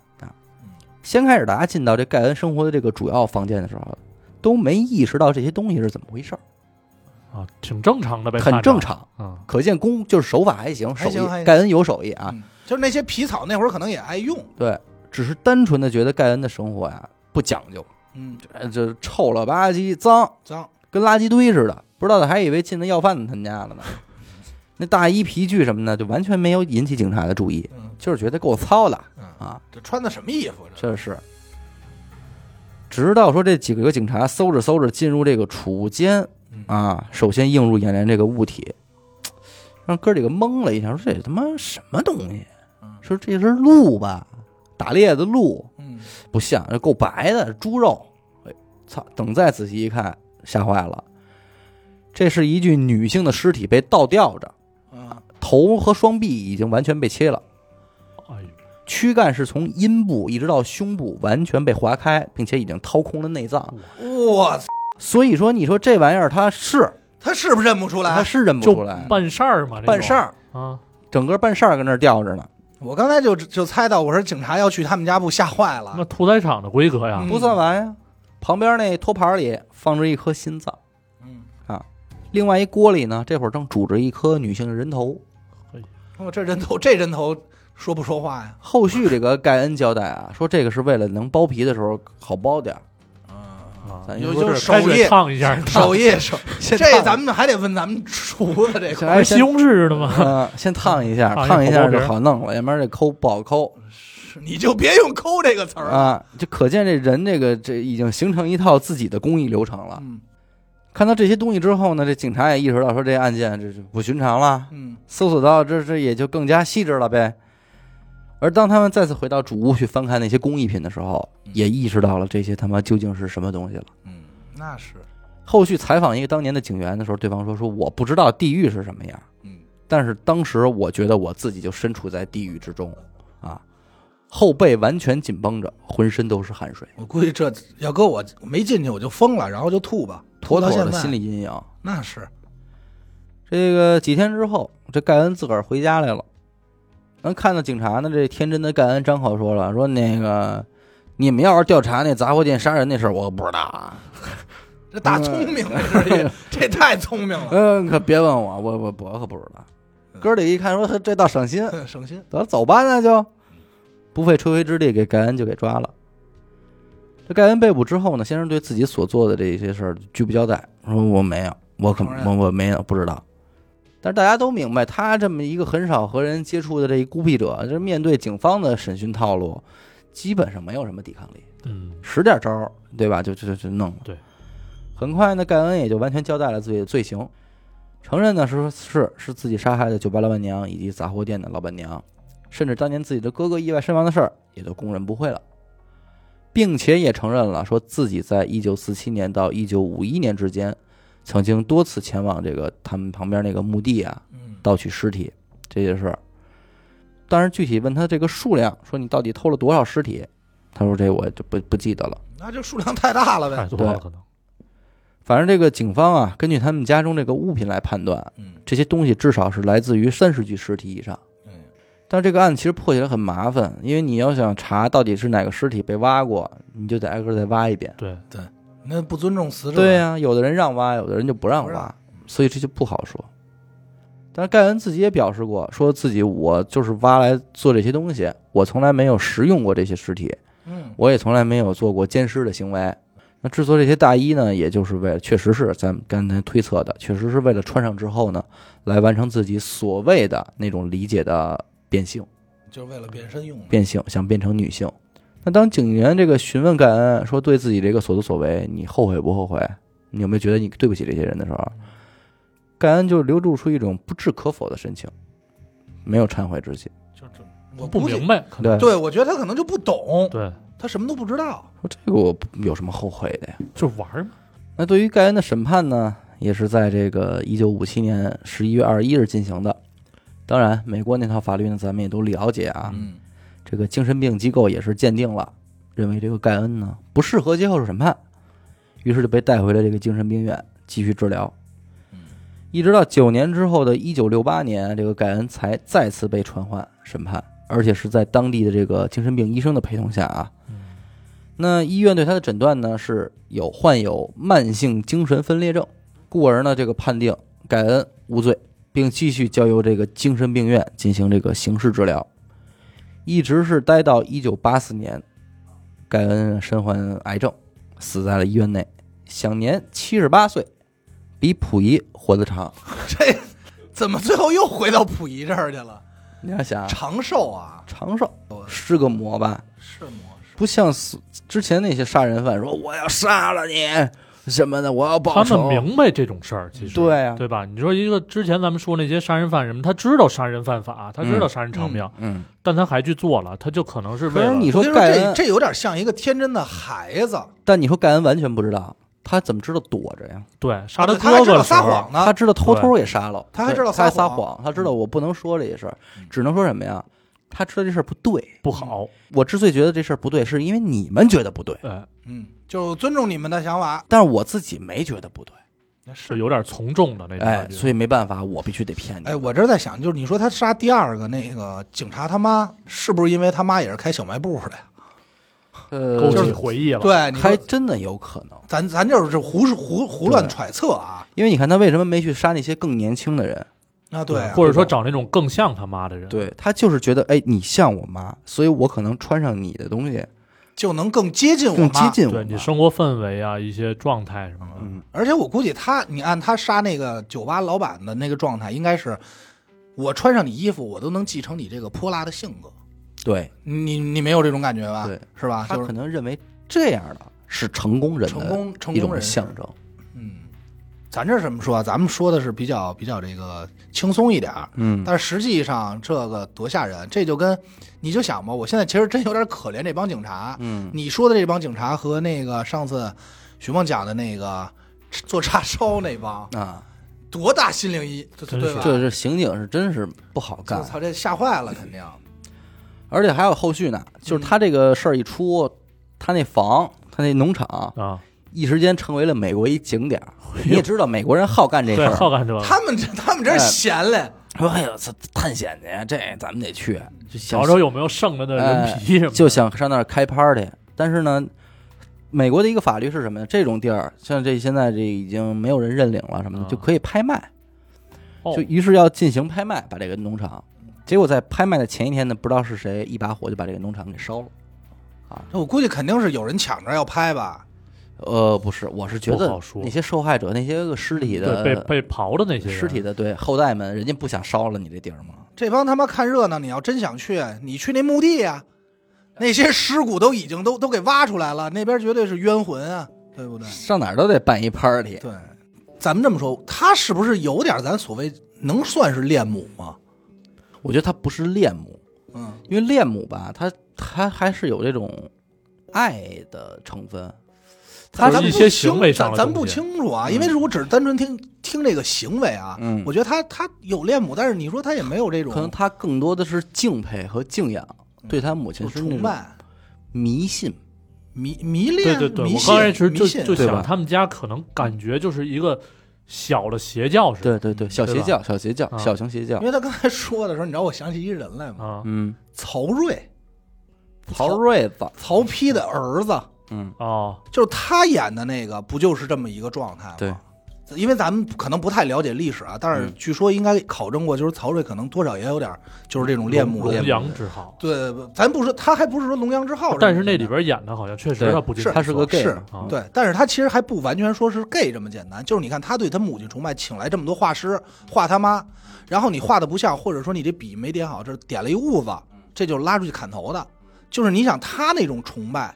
Speaker 2: 嗯。
Speaker 1: 先开始大家进到这盖恩生活的这个主要房间的时候，都没意识到这些东西是怎么回事儿，
Speaker 3: 啊，挺正常的呗，
Speaker 1: 很正常。
Speaker 3: 啊。
Speaker 1: 可见功就是手法还行，手
Speaker 2: 还行还
Speaker 1: 艺
Speaker 2: 行
Speaker 1: 盖恩有手艺啊，
Speaker 2: 嗯就是那些皮草那会儿可能也爱用，
Speaker 1: 对，只是单纯的觉得盖恩的生活呀不讲究，
Speaker 2: 嗯，
Speaker 1: 呃这臭了吧唧、脏，
Speaker 2: 脏，
Speaker 1: 跟垃圾堆似的。不知道的还以为进了要饭的他们家了呢。那大衣、皮具什么的，就完全没有引起警察的注意，
Speaker 2: 嗯
Speaker 1: 就是觉得够糙的
Speaker 2: 嗯，
Speaker 1: 啊，
Speaker 2: 这穿的什么衣服？这
Speaker 1: 这是。直到说这几个警察搜着搜着进入这个储物间
Speaker 2: 嗯
Speaker 1: 啊，首先映入眼帘这个物体，让哥几个懵了一下，说这他妈什么东西
Speaker 2: 嗯？
Speaker 1: 说这是鹿吧，打猎的鹿，
Speaker 2: 嗯，
Speaker 1: 不像，这够白的猪肉。哎，操！等再仔细一看，吓坏了。这是一具女性的尸体被倒吊着，
Speaker 2: 啊，
Speaker 1: 头和双臂已经完全被切了，
Speaker 3: 哎呦，
Speaker 1: 躯干是从阴部一直到胸部完全被划开，并且已经掏空了内脏。
Speaker 2: 我操
Speaker 1: 所以说，你说这玩意儿它是
Speaker 2: 他是不是认不出
Speaker 1: 它
Speaker 2: 来？
Speaker 1: 是认不
Speaker 3: 就
Speaker 1: 出来，
Speaker 3: 办事儿嘛，这种
Speaker 1: 半扇儿，
Speaker 3: 啊，
Speaker 1: 整个半扇儿跟那儿吊着呢，
Speaker 2: 我刚才就就猜到，我说警察要去他们家，不吓坏
Speaker 3: 那
Speaker 2: 了？
Speaker 3: 屠宰场的规格呀
Speaker 2: 嗯，
Speaker 1: 不算完呀。旁边那托盘里放着一颗心脏，
Speaker 2: 嗯，
Speaker 1: 另外一锅里呢，这会儿正煮着一颗女性的人头。
Speaker 2: 我哦这人头，这人头说不说话呀？
Speaker 1: 后续这个盖恩交代啊，说这个是为了能剥皮的时候好剥点儿。
Speaker 2: 嗯，
Speaker 3: 啊
Speaker 1: 咱
Speaker 2: 有
Speaker 1: 说
Speaker 2: 有
Speaker 1: 这
Speaker 2: 手艺，
Speaker 3: 烫一下，
Speaker 2: 手艺 手，
Speaker 1: 先
Speaker 2: 这
Speaker 1: 烫
Speaker 2: 咱们还得问咱们厨子这块
Speaker 1: 先
Speaker 2: 儿。
Speaker 1: 哎
Speaker 3: 西
Speaker 1: 先
Speaker 3: 红柿的吗？
Speaker 1: 嗯、先烫一下，
Speaker 3: 烫
Speaker 1: 烫一
Speaker 3: 一口
Speaker 1: 下
Speaker 3: 剥
Speaker 1: 就
Speaker 3: 皮儿
Speaker 1: 好弄了，要不然这抠不好抠
Speaker 2: 你就别用“抠”这个词儿了。
Speaker 1: 啊。就可见这人这个这已经形成一套自己的工艺流程了。
Speaker 2: 嗯
Speaker 1: 看到这些东西之后呢，这警察也意识到说这案件这是不寻常了，
Speaker 2: 嗯
Speaker 1: 搜索到这这也就更加细致了呗。而当他们再次回到主屋去翻看那些工艺品的时候，也意识到了这些他妈究竟是什么东西了。
Speaker 2: 嗯，那是
Speaker 1: 后续采访一个当年的警员的时候，对方说：“说我不知道地狱是什么样，
Speaker 2: 嗯，
Speaker 1: 但是当时我觉得我自己就身处在地狱之中，啊，后背完全紧绷着，浑身都是汗水，
Speaker 2: 我估计这要搁我我没进去我就疯了，然后就吐吧，
Speaker 1: 妥
Speaker 2: 吐
Speaker 1: 妥
Speaker 2: 到现
Speaker 1: 的
Speaker 2: 在。
Speaker 1: 心理阴影。
Speaker 2: 那是，
Speaker 1: 这个几天之后，这盖恩自个儿回家来了，能看到警察呢。这天真的盖恩张口说了：说那个，你们要是调查那杂货店杀人那事儿，我不知道啊，
Speaker 2: 这大
Speaker 3: 嗯
Speaker 2: 聪明了，这 是这太聪明了，
Speaker 1: 嗯，可别问我，我我我可不知道。哥儿几一看说呵这倒省心，
Speaker 3: 嗯
Speaker 2: 省心。
Speaker 1: 得了走吧，那就不费吹灰之力给盖恩就给抓了。这盖恩被捕之后呢，先生对自己所做的这些事儿拒不交代，说我没有，我可
Speaker 2: 承认
Speaker 1: 我我没有不知道。但是大家都明白，他这么一个很少和人接触的这一孤僻者，这面对警方的审讯套路，基本上没有什么抵抗力，
Speaker 3: 嗯，
Speaker 1: 使点招儿，对吧？就就就就弄了。
Speaker 3: 对，
Speaker 1: 很快呢，盖恩也就完全交代了自己的罪行，承认呢是是是自己杀害的酒吧老板娘以及杂货店的老板娘，甚至当年自己的哥哥意外身亡的事儿也都供认不讳了，并且也承认了说自己在1947年到1951年之间，曾经多次前往这个他们旁边那个墓地啊
Speaker 2: 嗯
Speaker 1: 盗取尸体这些事儿。但是具体问他这个数量，说你到底偷了多少尸体，他说这我就不不记得了。
Speaker 2: 那这数量太大了
Speaker 3: 太
Speaker 2: 呗。
Speaker 3: 多了可能。
Speaker 1: 反正这个警方啊，根据他们家中这个物品来判断，
Speaker 2: 嗯
Speaker 1: 这些东西至少是来自于三十具尸体以上。
Speaker 2: 嗯
Speaker 1: 但这个案其实破起来很麻烦，因为你要想查到底是哪个尸体被挖过，你就得挨个儿再挖一遍。
Speaker 3: 对，
Speaker 2: 那不尊重死者。
Speaker 1: 对呀、有的人让挖，有的人就不让
Speaker 2: 不
Speaker 1: 挖
Speaker 2: 让，
Speaker 1: 所以这就不好说。但是盖恩自己也表示过，说自己我就是挖来做这些东西，我从来没有食用过这些尸体，
Speaker 2: 嗯，
Speaker 1: 我也从来没有做过奸尸的行为。那制作这些大衣呢，也就是为了，确实是咱们刚才推测的，确实是为了穿上之后呢，来完成自己所谓的那种理解的变性，
Speaker 2: 就是为了变身用的。
Speaker 1: 变性想变成女性。那当警员这个询问盖恩说对自己这个所作所为，你后悔不后悔？你有没有觉得你对不起这些人的时候，盖恩就流露出一种不置可否的神情，没有忏悔之心。
Speaker 3: 就这
Speaker 2: 我
Speaker 3: 不
Speaker 2: 估计
Speaker 3: 明。白，可能
Speaker 1: 对，
Speaker 2: 对，我觉得他可能就不懂，
Speaker 3: 对，
Speaker 2: 他什么都不知道。
Speaker 1: 说这个我有什么后悔的呀？
Speaker 3: 就玩儿嘛，
Speaker 1: 那对于盖恩的审判呢，也是在这个一九五七年十一月二十一日进行的。当然，美国那套法律呢，咱们也都了解啊。
Speaker 2: 嗯
Speaker 1: 这个精神病机构也是鉴定了，认为这个盖恩呢不适合接受审判，于是就被带回了这个精神病院继续治疗
Speaker 2: 嗯。
Speaker 1: 一直到九年之后的1968年，这个盖恩才再次被传唤审判，而且是在当地的这个精神病医生的陪同下啊。那医院对他的诊断呢是有患有慢性精神分裂症，故而呢这个判定盖恩无罪，并继续交由这个精神病院进行这个刑事治疗，一直是待到一九八四年，盖恩身患癌症，死在了医院内，享年七十八岁，比溥仪活得长。
Speaker 2: 这怎么最后又回到溥仪这儿去了？
Speaker 1: 你要想
Speaker 2: 长寿啊，
Speaker 1: 长寿
Speaker 2: 我
Speaker 1: 是个魔吧？
Speaker 2: 是模式，
Speaker 1: 不像死之前那些杀人犯说我要杀了你什么的，我要报
Speaker 3: 他
Speaker 1: 仇。
Speaker 3: 们明白这种事儿，其实
Speaker 1: 对啊
Speaker 3: 对吧？你说一个之前咱们说那些杀人犯什么，他知道杀人犯法，他知道杀人偿命，
Speaker 1: 嗯，
Speaker 3: 但他还去做了，他就可能是为
Speaker 1: 可
Speaker 3: 了
Speaker 1: 是你
Speaker 2: 我
Speaker 1: 说
Speaker 2: 跟你说
Speaker 1: 盖
Speaker 2: 这
Speaker 1: 恩，
Speaker 2: 这有点像一个天真的孩子，
Speaker 1: 但你说盖恩完全不知道，他怎么知道躲着呀？
Speaker 3: 对杀
Speaker 2: 他
Speaker 3: 哥哥
Speaker 2: 还知道
Speaker 3: 的时
Speaker 2: 撒
Speaker 3: 候，
Speaker 2: 谎
Speaker 1: 他
Speaker 2: 呢，
Speaker 1: 知道偷偷也杀了，
Speaker 2: 啊他还知道
Speaker 1: 对他还
Speaker 2: 撒
Speaker 1: 撒
Speaker 2: 谎
Speaker 1: 谎，他知道我不能说这些事儿
Speaker 2: 嗯，
Speaker 1: 只能说什么呀？他知道这事儿不对。
Speaker 3: 不好，
Speaker 1: 我之所以觉得这事儿不对，是因为你们觉得不对，
Speaker 3: 哎，
Speaker 2: 嗯，就尊重你们的想法，
Speaker 1: 但是我自己没觉得不对，
Speaker 3: 是有点从众的那种
Speaker 1: 哎
Speaker 3: 感，觉。
Speaker 1: 所以没办法，我必须得骗你。
Speaker 2: 哎，我这在想，就是你说他杀第二个那个警察他妈，是不是因为他妈也是开小卖部的呀？
Speaker 1: 呃
Speaker 3: 勾
Speaker 1: 就
Speaker 3: 起
Speaker 1: 是啊
Speaker 3: 回忆了，
Speaker 2: 对，你说
Speaker 1: 还真的有可能，
Speaker 2: 咱咱就是胡胡胡乱
Speaker 1: 对
Speaker 2: 揣测啊，
Speaker 1: 因为你看他为什么没去杀那些更年轻的人？
Speaker 2: 啊对啊，
Speaker 3: 或者说找那种更像他妈的人，
Speaker 1: 对他就是觉得，哎，你像我妈，所以我可能穿上你的东西，
Speaker 2: 就能更接近我
Speaker 1: 更
Speaker 2: 妈。
Speaker 1: 接近我
Speaker 3: 对你
Speaker 1: 妈。
Speaker 3: 生活氛围啊，一些状态什么的，
Speaker 1: 嗯，
Speaker 2: 而且我估计他，你按他杀那个酒吧老板的那个状态，应该是我穿上你衣服，我都能继承你这个泼辣的性格。
Speaker 1: 对，
Speaker 2: 你你没有这种感觉吧？
Speaker 1: 对，
Speaker 2: 是吧？
Speaker 1: 他
Speaker 2: 啊就
Speaker 1: 可
Speaker 2: 是
Speaker 1: 能认为这样的是成功人
Speaker 2: 成
Speaker 1: 的
Speaker 2: 功成
Speaker 1: 一
Speaker 2: 功
Speaker 1: 种
Speaker 2: 人士
Speaker 1: 象征。
Speaker 2: 嗯，咱这怎么说啊？咱们说的是比较比较这个轻松一点儿，
Speaker 1: 嗯，
Speaker 2: 但是实际上这个多吓人！这就跟你就想吧，我现在其实真有点可怜这帮警察。
Speaker 1: 嗯，
Speaker 2: 你说的这帮警察和那个上次徐梦讲的那个做叉烧那帮，
Speaker 1: 啊，
Speaker 2: 多大心灵一对
Speaker 3: 真
Speaker 2: 对
Speaker 3: 是
Speaker 2: 吧？
Speaker 1: 这这刑警是真是不好
Speaker 2: 我
Speaker 1: 干，
Speaker 2: 操，这吓坏了，肯定。
Speaker 1: 而且还有后续呢，就是他这个事儿一出，他那房，他那农场，
Speaker 3: 啊，
Speaker 1: 一时间成为了美国一景点儿。你也知道美国人好干这事
Speaker 3: 哎对，
Speaker 1: 儿，
Speaker 3: 好干这个，
Speaker 2: 他们这他们真是闲嘞，
Speaker 1: 说哎呦，这探险去，这咱们得去，就想哎
Speaker 3: 找找有没有剩着的人皮什么的，
Speaker 1: 就想上那儿开 party。但是呢，美国的一个法律是什么呀？这种地儿，像这现在这已经没有人认领了什么的，
Speaker 3: 嗯
Speaker 1: 就可以拍卖。
Speaker 3: 哦
Speaker 1: 就于是要进行拍卖，把这个农场。结果在拍卖的前一天呢，不知道是谁一把火就把这个农场给烧了。
Speaker 2: 我估计肯定是有人抢着要拍吧。
Speaker 1: 呃，不是，我是觉
Speaker 3: 不
Speaker 1: 得
Speaker 3: 好说
Speaker 1: 那些受害者、那些个尸体
Speaker 3: 对被
Speaker 1: 的
Speaker 3: 被刨的那些人
Speaker 1: 尸体的对后代们，人家不想烧了你这地儿吗？
Speaker 2: 这帮他妈看热闹，你要真想去，你去那墓地呀、那些尸骨都已经都都给挖出来了，那边绝对是冤魂啊，对不对？
Speaker 1: 上哪儿都得办一 party。
Speaker 2: 对，咱们这么说，他是不是有点咱所谓能算是恋母吗？
Speaker 3: 嗯
Speaker 1: 我觉得他不是恋母，
Speaker 2: 嗯，
Speaker 1: 因为恋母吧，它它还是有这种爱的成分。
Speaker 3: 他
Speaker 2: 咱
Speaker 3: 是一
Speaker 2: 不
Speaker 3: 些
Speaker 2: 清
Speaker 3: 行为上的
Speaker 2: 咱咱
Speaker 3: 东
Speaker 2: 不
Speaker 3: 西嗯
Speaker 2: 清楚啊，因为是我只是单纯听听这个行为啊，
Speaker 1: 嗯
Speaker 2: 我觉得他他有恋母，但是你说他也没有这种
Speaker 1: 可能他更多的是敬佩和敬仰，
Speaker 3: 嗯
Speaker 1: 对他母亲
Speaker 2: 就是崇
Speaker 1: 那种
Speaker 2: 拜、
Speaker 1: 迷信。
Speaker 2: 迷迷
Speaker 3: 对
Speaker 2: 恋、
Speaker 3: 对对，
Speaker 2: 迷
Speaker 3: 我
Speaker 2: 信
Speaker 3: 刚开始就
Speaker 2: 迷信
Speaker 3: 就
Speaker 1: 对吧
Speaker 3: 想他们家可能感觉就是一个小的邪教似的，
Speaker 1: 对对对，小邪教，小邪教，
Speaker 3: 啊
Speaker 1: 小型邪教
Speaker 2: 因。为他刚才说的时候，你知道我想起一人来吗？
Speaker 3: 啊
Speaker 1: 嗯，
Speaker 2: 曹睿，
Speaker 1: 曹睿子，
Speaker 2: 曹丕的儿子，
Speaker 3: 哦，
Speaker 2: 就是他演的那个，不就是这么一个状态吗？
Speaker 1: 对，
Speaker 2: 因为咱们可能不太了解历史啊，但是
Speaker 1: 嗯
Speaker 2: 据说应该考证过，就是曹睿可能多少也有点儿就是这种恋母
Speaker 3: 龙
Speaker 2: 恋
Speaker 3: 龙
Speaker 2: 母。
Speaker 3: 阳之好，
Speaker 2: 对，不咱不说，他还不是说龙阳之好什么的，
Speaker 3: 但是那里边演的好像确实
Speaker 1: 对
Speaker 3: 他不进
Speaker 2: 是
Speaker 3: 厕所
Speaker 1: 他是个 gay
Speaker 2: 是
Speaker 1: 嘛啊
Speaker 2: 对，但是他其实还不完全说是 gay 这么简单，就是你看他对他母亲崇拜，请来这么多画师画他妈，然后你画的不像，或者说你这笔没点好，这点了一痦子，这就拉出去砍头的，就是你想他那种崇拜，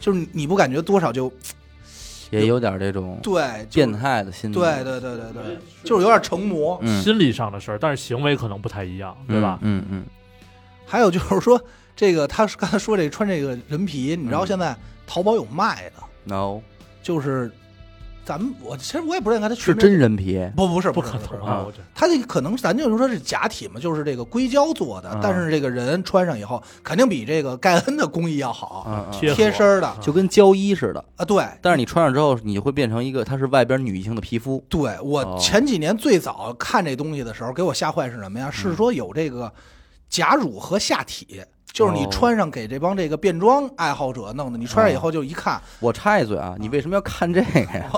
Speaker 2: 就是你你不感觉多少就
Speaker 1: 也有点这种
Speaker 2: 对
Speaker 1: 变，
Speaker 2: 就是
Speaker 1: 态的心理。
Speaker 2: 对对对对对，就是有点成魔。
Speaker 1: 嗯，
Speaker 3: 心理上的事儿，但是行为可能不太一样，对吧？
Speaker 1: 嗯嗯，
Speaker 2: 还有就是说，这个他刚才说这
Speaker 1: 嗯
Speaker 2: 穿这个人皮，你知道现在淘宝有卖的，
Speaker 1: no，
Speaker 2: 就是咱们我其实我也不认为他
Speaker 1: 是
Speaker 2: 去
Speaker 1: 真人皮，
Speaker 2: 不不是
Speaker 3: 不
Speaker 2: 是
Speaker 3: 可
Speaker 2: 不是
Speaker 3: 能
Speaker 1: 啊
Speaker 3: 啊！我觉得
Speaker 2: 他这个可能咱就是说是假体嘛，就是这个硅胶做的，
Speaker 1: 啊
Speaker 2: 但是这个人穿上以后肯定比这个盖恩的工艺要好，
Speaker 1: 嗯，嗯
Speaker 3: 贴合
Speaker 2: 贴身儿的
Speaker 3: 啊
Speaker 1: 就跟胶衣似的。
Speaker 2: 啊。对
Speaker 1: 但是你穿上之后，你就会变成一个，它是外边女性的皮肤，
Speaker 2: 对，
Speaker 1: 哦
Speaker 2: 我前几年最早看这东西的时候，给我吓坏是什么呀？是说有这个假乳和下体。就是你
Speaker 1: 嗯哦
Speaker 2: 穿上给这帮这个变装爱好者弄的，你穿上以后就一看，
Speaker 1: 我插一嘴啊，你为什么要看这个呀？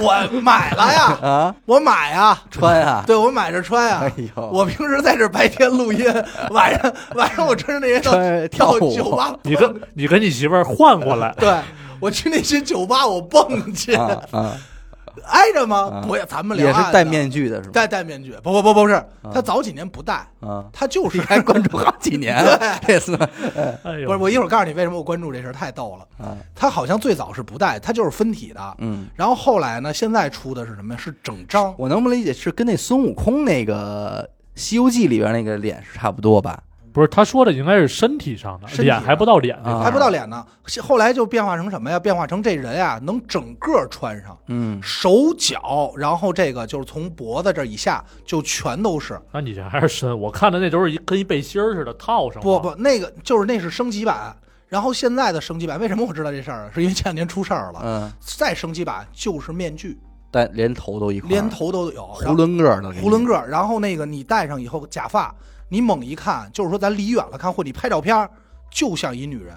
Speaker 2: 我 我买了 呀，
Speaker 1: 啊，
Speaker 2: 我买呀，
Speaker 1: 穿 啊！
Speaker 2: 对我买着穿呀
Speaker 1: 哎。呦，
Speaker 2: 我平时在这白天录音，晚上 晚上我穿着那些到
Speaker 1: 穿跳
Speaker 2: 到
Speaker 1: 舞
Speaker 2: 酒吧，
Speaker 3: 你跟你跟你媳妇儿换过来
Speaker 2: 对我去那些酒吧，我蹦去，
Speaker 1: 啊啊，
Speaker 2: 挨着
Speaker 1: 啊
Speaker 2: 吗？不，咱们
Speaker 1: 也
Speaker 2: 两
Speaker 1: 是
Speaker 2: 岸的
Speaker 1: 戴面具的是吧？
Speaker 2: 戴戴面具，不不不不是，他早几年不戴，
Speaker 1: 啊，
Speaker 2: 他就是
Speaker 1: 你还关注好几年了，这次哎
Speaker 3: 哎呦，
Speaker 2: 不是我一会儿告诉你为什么我关注这事儿，太逗了。
Speaker 1: 啊，
Speaker 2: 他好像最早是不戴，他就是分体的，
Speaker 1: 嗯，
Speaker 2: 然后后来呢，现在出的是什么呀？是整张，
Speaker 1: 我能不能理解是跟那孙悟空那个《西游记》里边那个脸是差不多吧？
Speaker 3: 不是他说的应该是身体上的，
Speaker 2: 身体
Speaker 3: 脸
Speaker 2: 上
Speaker 3: 还不到脸那
Speaker 1: 啊
Speaker 3: 块儿
Speaker 2: 还不到脸呢。后来就变化成什么呀？变化成这人啊，能整个穿上。
Speaker 1: 嗯，
Speaker 2: 手脚，然后这个就是从脖子这以下就全都是，
Speaker 3: 那你这还是深，我看的那都是一跟一背心儿似的套上。
Speaker 2: 不，不，那个就是那是升级版。然后现在的升级版，为什么我知道这事儿啊？是因为前两天出事儿了。
Speaker 1: 嗯，
Speaker 2: 再升级版就是面具，
Speaker 1: 但连头都一块儿，
Speaker 2: 连头都有，
Speaker 1: 囫囵个儿的，
Speaker 2: 囫囵个儿。然后那个你戴上以后，假发你猛一看，就是说咱离远了看，或者你拍照片儿，就像一女人。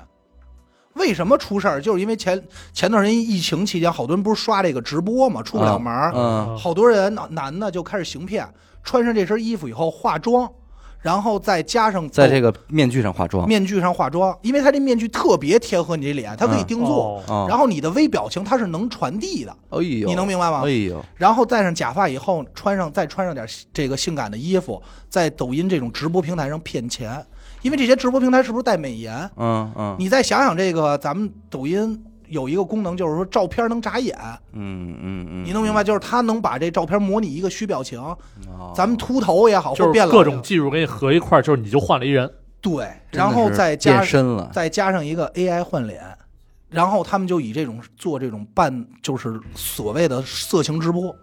Speaker 2: 为什么出事儿？就是因为前前段时间疫情期间，好多人不是刷这个直播嘛，出不了门儿，
Speaker 1: 嗯
Speaker 2: 好多人男男的就开始行骗，穿上这身衣服以后化妆，然后再加上
Speaker 1: 在这个面具上化妆。
Speaker 2: 面具上化妆，因为它这面具特别贴合你这脸，它可以
Speaker 1: 嗯
Speaker 2: 定做，
Speaker 3: 哦
Speaker 1: 啊，
Speaker 2: 然后你的微表情它是能传递的，
Speaker 1: 哎呦，
Speaker 2: 你能明白吗
Speaker 1: 哎？呦，
Speaker 2: 然后戴上假发以后，穿上再穿上点这个性感的衣服，在抖音这种直播平台上骗钱，因为这些直播平台是不是带美颜？
Speaker 1: 嗯嗯
Speaker 2: 你再想想这个，咱们抖音有一个功能，就是说照片能眨眼，
Speaker 1: 嗯嗯嗯，
Speaker 2: 你能明白？就是它能把这照片模拟一个虚表情，
Speaker 1: 哦？
Speaker 2: 咱们秃头也好，
Speaker 3: 就
Speaker 2: 或
Speaker 3: 是
Speaker 2: 变老
Speaker 3: 各
Speaker 2: 也
Speaker 3: 种
Speaker 2: 好
Speaker 3: 技术给你合一块儿，就是你就换了一人。
Speaker 2: 对，
Speaker 1: 真的
Speaker 2: 然后
Speaker 1: 是
Speaker 2: 再加
Speaker 1: 变身了，
Speaker 2: 再加上一个 AI 换脸，然后他们就以这种做这种半就是所谓的色情直播，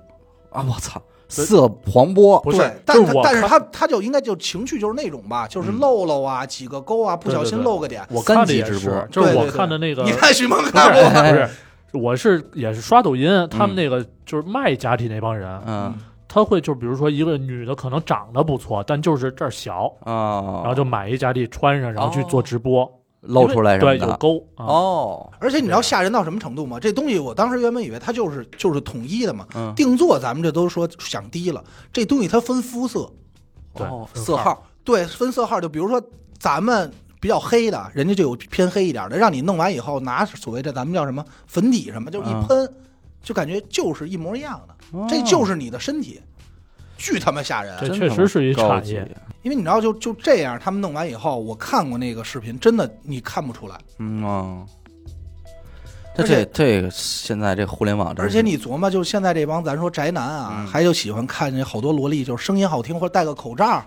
Speaker 1: 啊！我操，色黄波，
Speaker 3: 不是
Speaker 2: 对，但
Speaker 3: 就是是
Speaker 2: 他
Speaker 3: 我
Speaker 2: 但是
Speaker 3: 看嗯
Speaker 2: 他他就应该就情绪就是那种吧，就是露露啊，几个勾啊，不
Speaker 3: 对
Speaker 2: 小
Speaker 3: 对
Speaker 2: 心
Speaker 3: 对
Speaker 2: 露个点。
Speaker 3: 我看的
Speaker 1: 三级
Speaker 3: 也
Speaker 1: 直
Speaker 3: 是
Speaker 1: 播，
Speaker 3: 就是
Speaker 2: 对
Speaker 3: 我
Speaker 2: 对对
Speaker 3: 看的那个，
Speaker 2: 你看徐萌
Speaker 3: 不是
Speaker 2: 看过吗？
Speaker 3: 不是， 我是也是刷抖音，他们那个就是卖假体那帮人，
Speaker 1: 嗯
Speaker 3: 他会就比如说一个女的可能长得不错，但就是这儿小，
Speaker 1: 哦，
Speaker 3: 然后就买一假体穿上，然后去做直播，
Speaker 1: 露出来什么
Speaker 3: 对，有
Speaker 1: 的，
Speaker 3: 沟啊。
Speaker 1: 哦，
Speaker 2: 而且你知道吓人到什么程度吗？这东西我当时原本以为它就是就是统一的嘛，
Speaker 1: 嗯，
Speaker 2: 定做咱们这都说想低了，这东西它分肤色，
Speaker 3: 对
Speaker 1: 哦
Speaker 3: 分
Speaker 1: 色号，
Speaker 2: 对，分色号，就比如说咱们比较黑的，人家就有偏黑一点的，让你弄完以后拿所谓的咱们叫什么粉底什么，就一
Speaker 1: 嗯
Speaker 2: 喷，就感觉就是一模一样的，
Speaker 3: 哦
Speaker 2: 这就是你的身体，巨他妈吓人。啊
Speaker 3: 这
Speaker 1: 哦真
Speaker 3: 确
Speaker 1: 他
Speaker 3: 实
Speaker 1: 妈
Speaker 3: 是一
Speaker 1: 高
Speaker 3: 产
Speaker 1: 级
Speaker 3: 业，
Speaker 2: 因为你知道就，就这样，他们弄完以后，我看过那个视频，真的你看不出来。
Speaker 1: 嗯哦。他这
Speaker 2: 而且
Speaker 1: 这个现在这互联网真
Speaker 2: 而
Speaker 1: 是，
Speaker 2: 且你琢磨，就现在这帮咱说宅男啊，
Speaker 1: 嗯
Speaker 2: 还就喜欢看见好多萝莉，就是声音好听，或者戴个口罩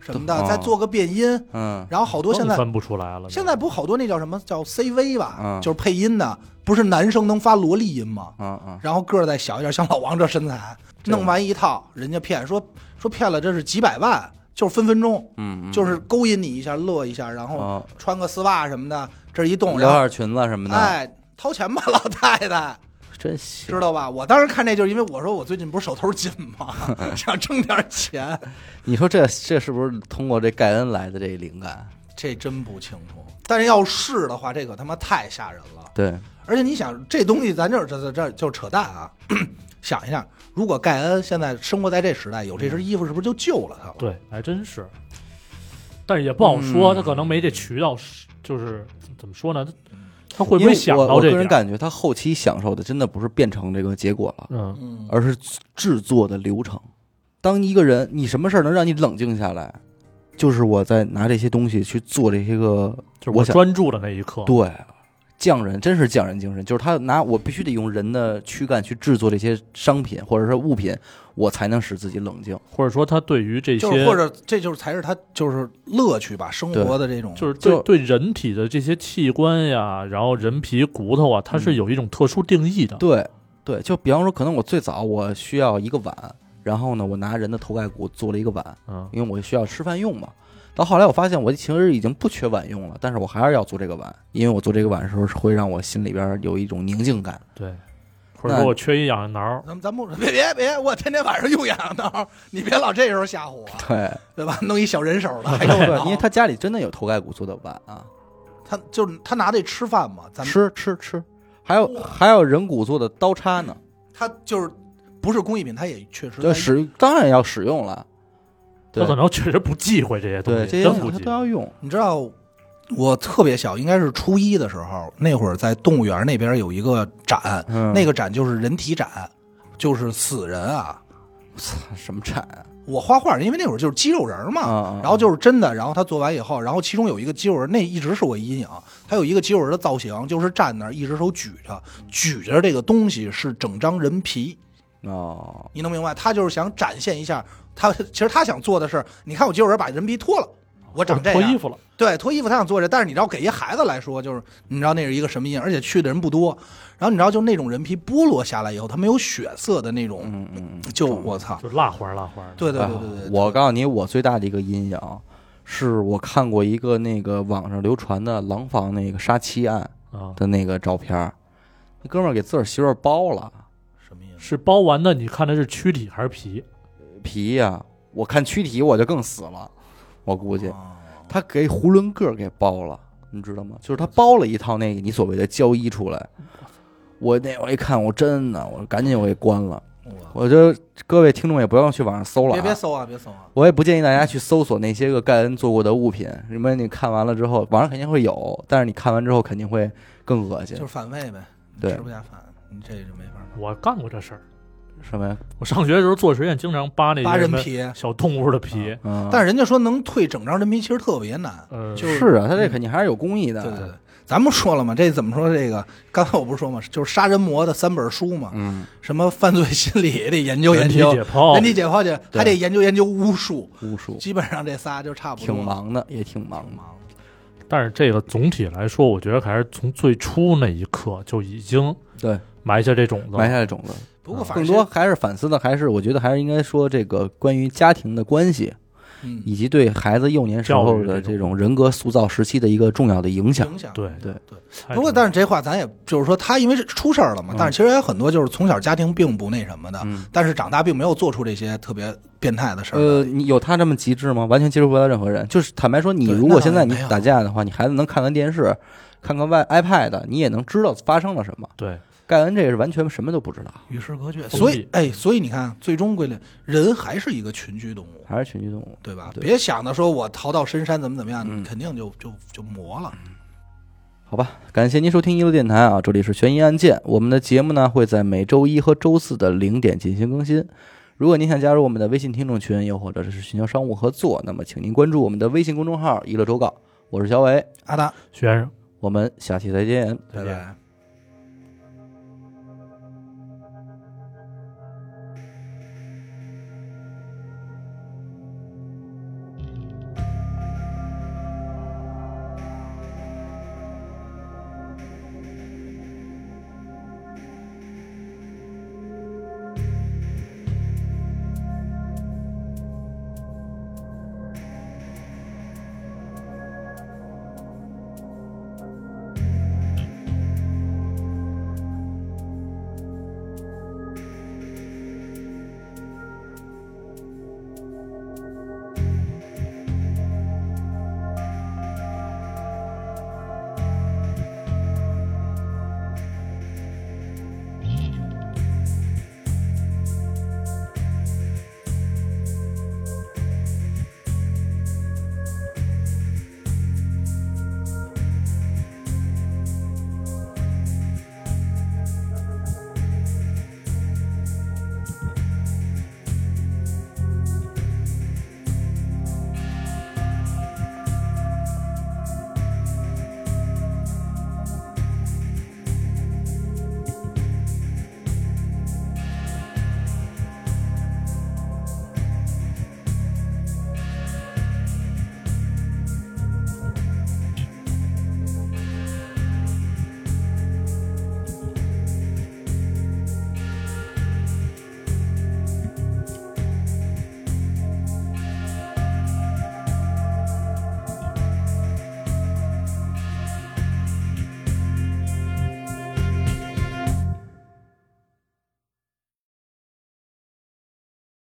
Speaker 2: 什么的，
Speaker 1: 哦
Speaker 2: 再做个变音，
Speaker 1: 嗯
Speaker 2: 然后好多现
Speaker 3: 更
Speaker 2: 在
Speaker 3: 分不出来了。
Speaker 2: 现在不好多那叫什么叫 CV 吧，
Speaker 1: 嗯
Speaker 2: 就是配音的，不是男生能发萝莉音吗？
Speaker 1: 嗯嗯，
Speaker 2: 然后个儿再小一点，像老王这身材，
Speaker 1: 这样
Speaker 2: 弄完一套，人家骗说说骗了，这是几百万，就是分分钟，
Speaker 1: 嗯，嗯
Speaker 2: 就是勾引你一下，乐一下，然后
Speaker 1: 哦，
Speaker 2: 穿个丝袜什么的，这一动，然
Speaker 1: 撩
Speaker 2: 后
Speaker 1: 点裙子什么的，
Speaker 2: 哎，掏钱吧，老太太，
Speaker 1: 真行
Speaker 2: 知。道吧？我当时看这就是因为我说我最近不是手头紧吗，想挣点钱，
Speaker 1: 你说这这是不是通过这盖恩来的这灵感？
Speaker 2: 这真不清楚。但是要是的话，这可他妈太吓人了。
Speaker 1: 对，
Speaker 2: 而且你想，这东西咱这这这这就是扯淡啊！ 想一下，如果盖恩现在生活在这时代，有这身衣服，是不是就救了他了？
Speaker 3: 对，还真是，但是也不好
Speaker 1: 嗯
Speaker 3: 说，他可能没这渠道，是就是怎么说呢？他他会不
Speaker 1: 因为
Speaker 3: 会想
Speaker 1: 我
Speaker 3: 到
Speaker 1: 我
Speaker 3: 这
Speaker 1: 个人
Speaker 3: 点儿？
Speaker 1: 感觉他后期享受的真的不是变成这个结果了，
Speaker 3: 嗯，
Speaker 2: 嗯，
Speaker 1: 而是制作的流程。当一个人，你什么事儿能让你冷静下来？就是我在拿这些东西去做这些个，
Speaker 3: 就是
Speaker 1: 我
Speaker 3: 我
Speaker 1: 想
Speaker 3: 专注的那一刻。
Speaker 1: 对，匠人真是匠人精神，就是他拿我必须得用人的躯干去制作这些商品或者是物品，我才能使自己冷静。
Speaker 3: 或者说他对于这些，
Speaker 2: 就是或者这就是才是他就是乐趣吧，生活的这种
Speaker 3: 就是
Speaker 1: 就
Speaker 3: 对对人体的这些器官呀，然后人皮骨头啊，它是有一种特殊定义的。
Speaker 1: 对，对，就比方说，可能我最早我需要一个碗，然后呢，我拿人的头盖骨做了一个碗，
Speaker 3: 嗯
Speaker 1: 因为我需要吃饭用嘛。到后来我发现，我其实已经不缺碗用了，但是我还是要做这个碗，因为我做这个碗的时候是会让我心里边有一种宁静感。
Speaker 3: 对，或者说我缺一痒痒挠儿，
Speaker 2: 咱们咱不别别别，我天天晚上用痒痒挠，你别老这时候吓唬我，
Speaker 1: 对，
Speaker 2: 对吧？弄一小人手的，还
Speaker 1: 对
Speaker 2: 用
Speaker 1: 对，
Speaker 2: 挠
Speaker 1: 因为他家里真的有头盖骨做的碗啊，
Speaker 2: 他就是他拿这吃饭嘛，咱们
Speaker 1: 吃吃吃，还有还有人骨做的刀叉呢，
Speaker 2: 他就是不是工艺品，他也确实
Speaker 1: 对，
Speaker 2: 在
Speaker 1: 使当然要使用了，对
Speaker 3: 他可能确实不忌讳这些东
Speaker 1: 对，
Speaker 3: 西，
Speaker 1: 这些
Speaker 3: 真
Speaker 1: 东
Speaker 3: 不
Speaker 1: 西他
Speaker 3: 忌
Speaker 1: 都要用，
Speaker 2: 你知道，我特别小，应该是初一的时候，那会儿在动物园那边有一个展，
Speaker 1: 嗯
Speaker 2: 那个展就是人体展，就是死人啊。
Speaker 1: 什么产啊
Speaker 2: 我画画，因为那会儿就是肌肉人嘛，
Speaker 1: 啊啊
Speaker 2: 然后就是真的，然后他做完以后，然后其中有一个肌肉人，那一直是我阴影。他有一个肌肉人的造型，就是站那儿一只手举着，举着这个东西是整张人皮，
Speaker 1: 哦，
Speaker 2: 你能明白？他就是想展现一下，他其实他想做的是，你看我肌肉人把人皮脱了，
Speaker 1: 哦
Speaker 2: 我长这
Speaker 3: 脱
Speaker 2: 样，
Speaker 3: 衣服了，
Speaker 2: 对，脱衣服他想做这，但是你知道给一孩子来说，就是你知道那是一个什
Speaker 1: 嗯
Speaker 2: 么印象，而且去的人不多。然后你知道，就那种人皮剥落下来以后，它没有血色的那种，
Speaker 1: 嗯嗯嗯，
Speaker 2: 就我操，
Speaker 3: 就蜡花儿蜡花儿的。
Speaker 2: 对对
Speaker 1: 哎
Speaker 2: 对对对，
Speaker 1: 我告诉你，我最大的一个阴影是我看过一个那个网上流传的廊坊那个杀妻案
Speaker 3: 啊，
Speaker 1: 的那个照片儿，那哥们儿给自个儿媳妇儿剥了
Speaker 2: 什么意思？
Speaker 3: 是包完的，你看的是躯体还是皮？
Speaker 1: 皮呀、我看躯体我就更死了，我估计。
Speaker 2: 哦
Speaker 1: 他给囫囵个儿给包了，你知道吗？就是他包了一套那个你所谓的胶衣出来。我那我一看，我真的，我赶紧我给关了。
Speaker 2: 我
Speaker 1: 我就各位听众也不要去网上搜了、啊，
Speaker 2: 别别搜啊，别搜啊，
Speaker 1: 我也不建议大家去搜索那些个盖恩做过的物品，因为你看完了之后，网上肯定会有，但是你看完之后肯定会更恶心
Speaker 2: 就是。反胃呗，
Speaker 1: 对
Speaker 2: 吃不下饭，你这就没法弄。
Speaker 3: 我干过这事儿。
Speaker 1: 什么呀？
Speaker 3: 我上学的时候做实验，经常扒那
Speaker 2: 扒
Speaker 3: 些什
Speaker 2: 人
Speaker 3: 么
Speaker 2: 皮，
Speaker 3: 小动物的皮。
Speaker 1: 嗯，
Speaker 2: 但是人家说能退整张人皮，其实特别难。
Speaker 3: 呃，
Speaker 2: 就是
Speaker 1: 啊，他这肯定还是有工艺的。啊
Speaker 2: 对对对，咱们说了嘛，这怎么说？这个刚才我不是说嘛，就是杀人魔的三本书嘛，
Speaker 1: 嗯，
Speaker 2: 什么犯罪心理也得研究研
Speaker 3: 人体
Speaker 2: 究，
Speaker 3: 解剖
Speaker 2: 人，体解剖去，还得研究研究巫术，
Speaker 1: 巫术
Speaker 2: 基本上这仨就差不多。
Speaker 1: 挺，忙的，也挺忙
Speaker 2: 挺
Speaker 1: 的。
Speaker 2: 忙。
Speaker 3: 但是这个总体来说，我觉得还是从最初那一刻就已经
Speaker 1: 对，
Speaker 3: 埋下这种子了。
Speaker 1: 埋下了种子。
Speaker 2: 不过反
Speaker 1: 更
Speaker 2: 正
Speaker 1: 多，还是反思的，还是我觉得还是应该说这个关于家庭的关系，
Speaker 2: 嗯，
Speaker 1: 以及对孩子幼年时候的这种人格塑造时期的一个重要的影响。
Speaker 2: 影响。
Speaker 3: 对
Speaker 1: 对
Speaker 2: 对。
Speaker 3: 太
Speaker 2: 不过，
Speaker 3: 重
Speaker 2: 但
Speaker 3: 要
Speaker 2: 是这话咱也就是说，他因为是出事儿了嘛，但是其实也有很多就是从小家庭并不那什么的，
Speaker 1: 嗯，
Speaker 2: 但是长大并没有做出这些特别变态的事儿。
Speaker 1: 呃，你有他这么极致吗？完全接触不到任何人。就是坦白说，你
Speaker 2: 对
Speaker 1: 如果
Speaker 2: 那
Speaker 1: 现在
Speaker 2: 倒
Speaker 1: 你
Speaker 2: 也没有
Speaker 1: 打架的话，你孩子能看看电视，看看外 iPad，你也能知道发生了什么。
Speaker 3: 对
Speaker 1: 盖恩这个是完全什么都不知道，
Speaker 2: 与世隔绝，
Speaker 3: 同意
Speaker 2: 所以哎，所以你看，最终归类，人还是一个群居动物，
Speaker 1: 还是群居动物。
Speaker 2: 对吧？
Speaker 1: 对
Speaker 2: 别想着说我逃到深山怎么怎么样，
Speaker 1: 嗯
Speaker 2: 你肯定就就就磨了。
Speaker 1: 好吧，感谢您收听一路电台啊，这里是悬疑案件。我们的节目呢会在每周一和周四的零点进行更新。如果您想加入我们的微信听众群，又或者是寻求商务合作，那么请您关注我们的微信公众号“一乐周告”。我是小伟，
Speaker 2: 阿达，
Speaker 3: 学生
Speaker 1: 我们下期再见。
Speaker 3: 再
Speaker 2: 拜
Speaker 3: 见
Speaker 2: 拜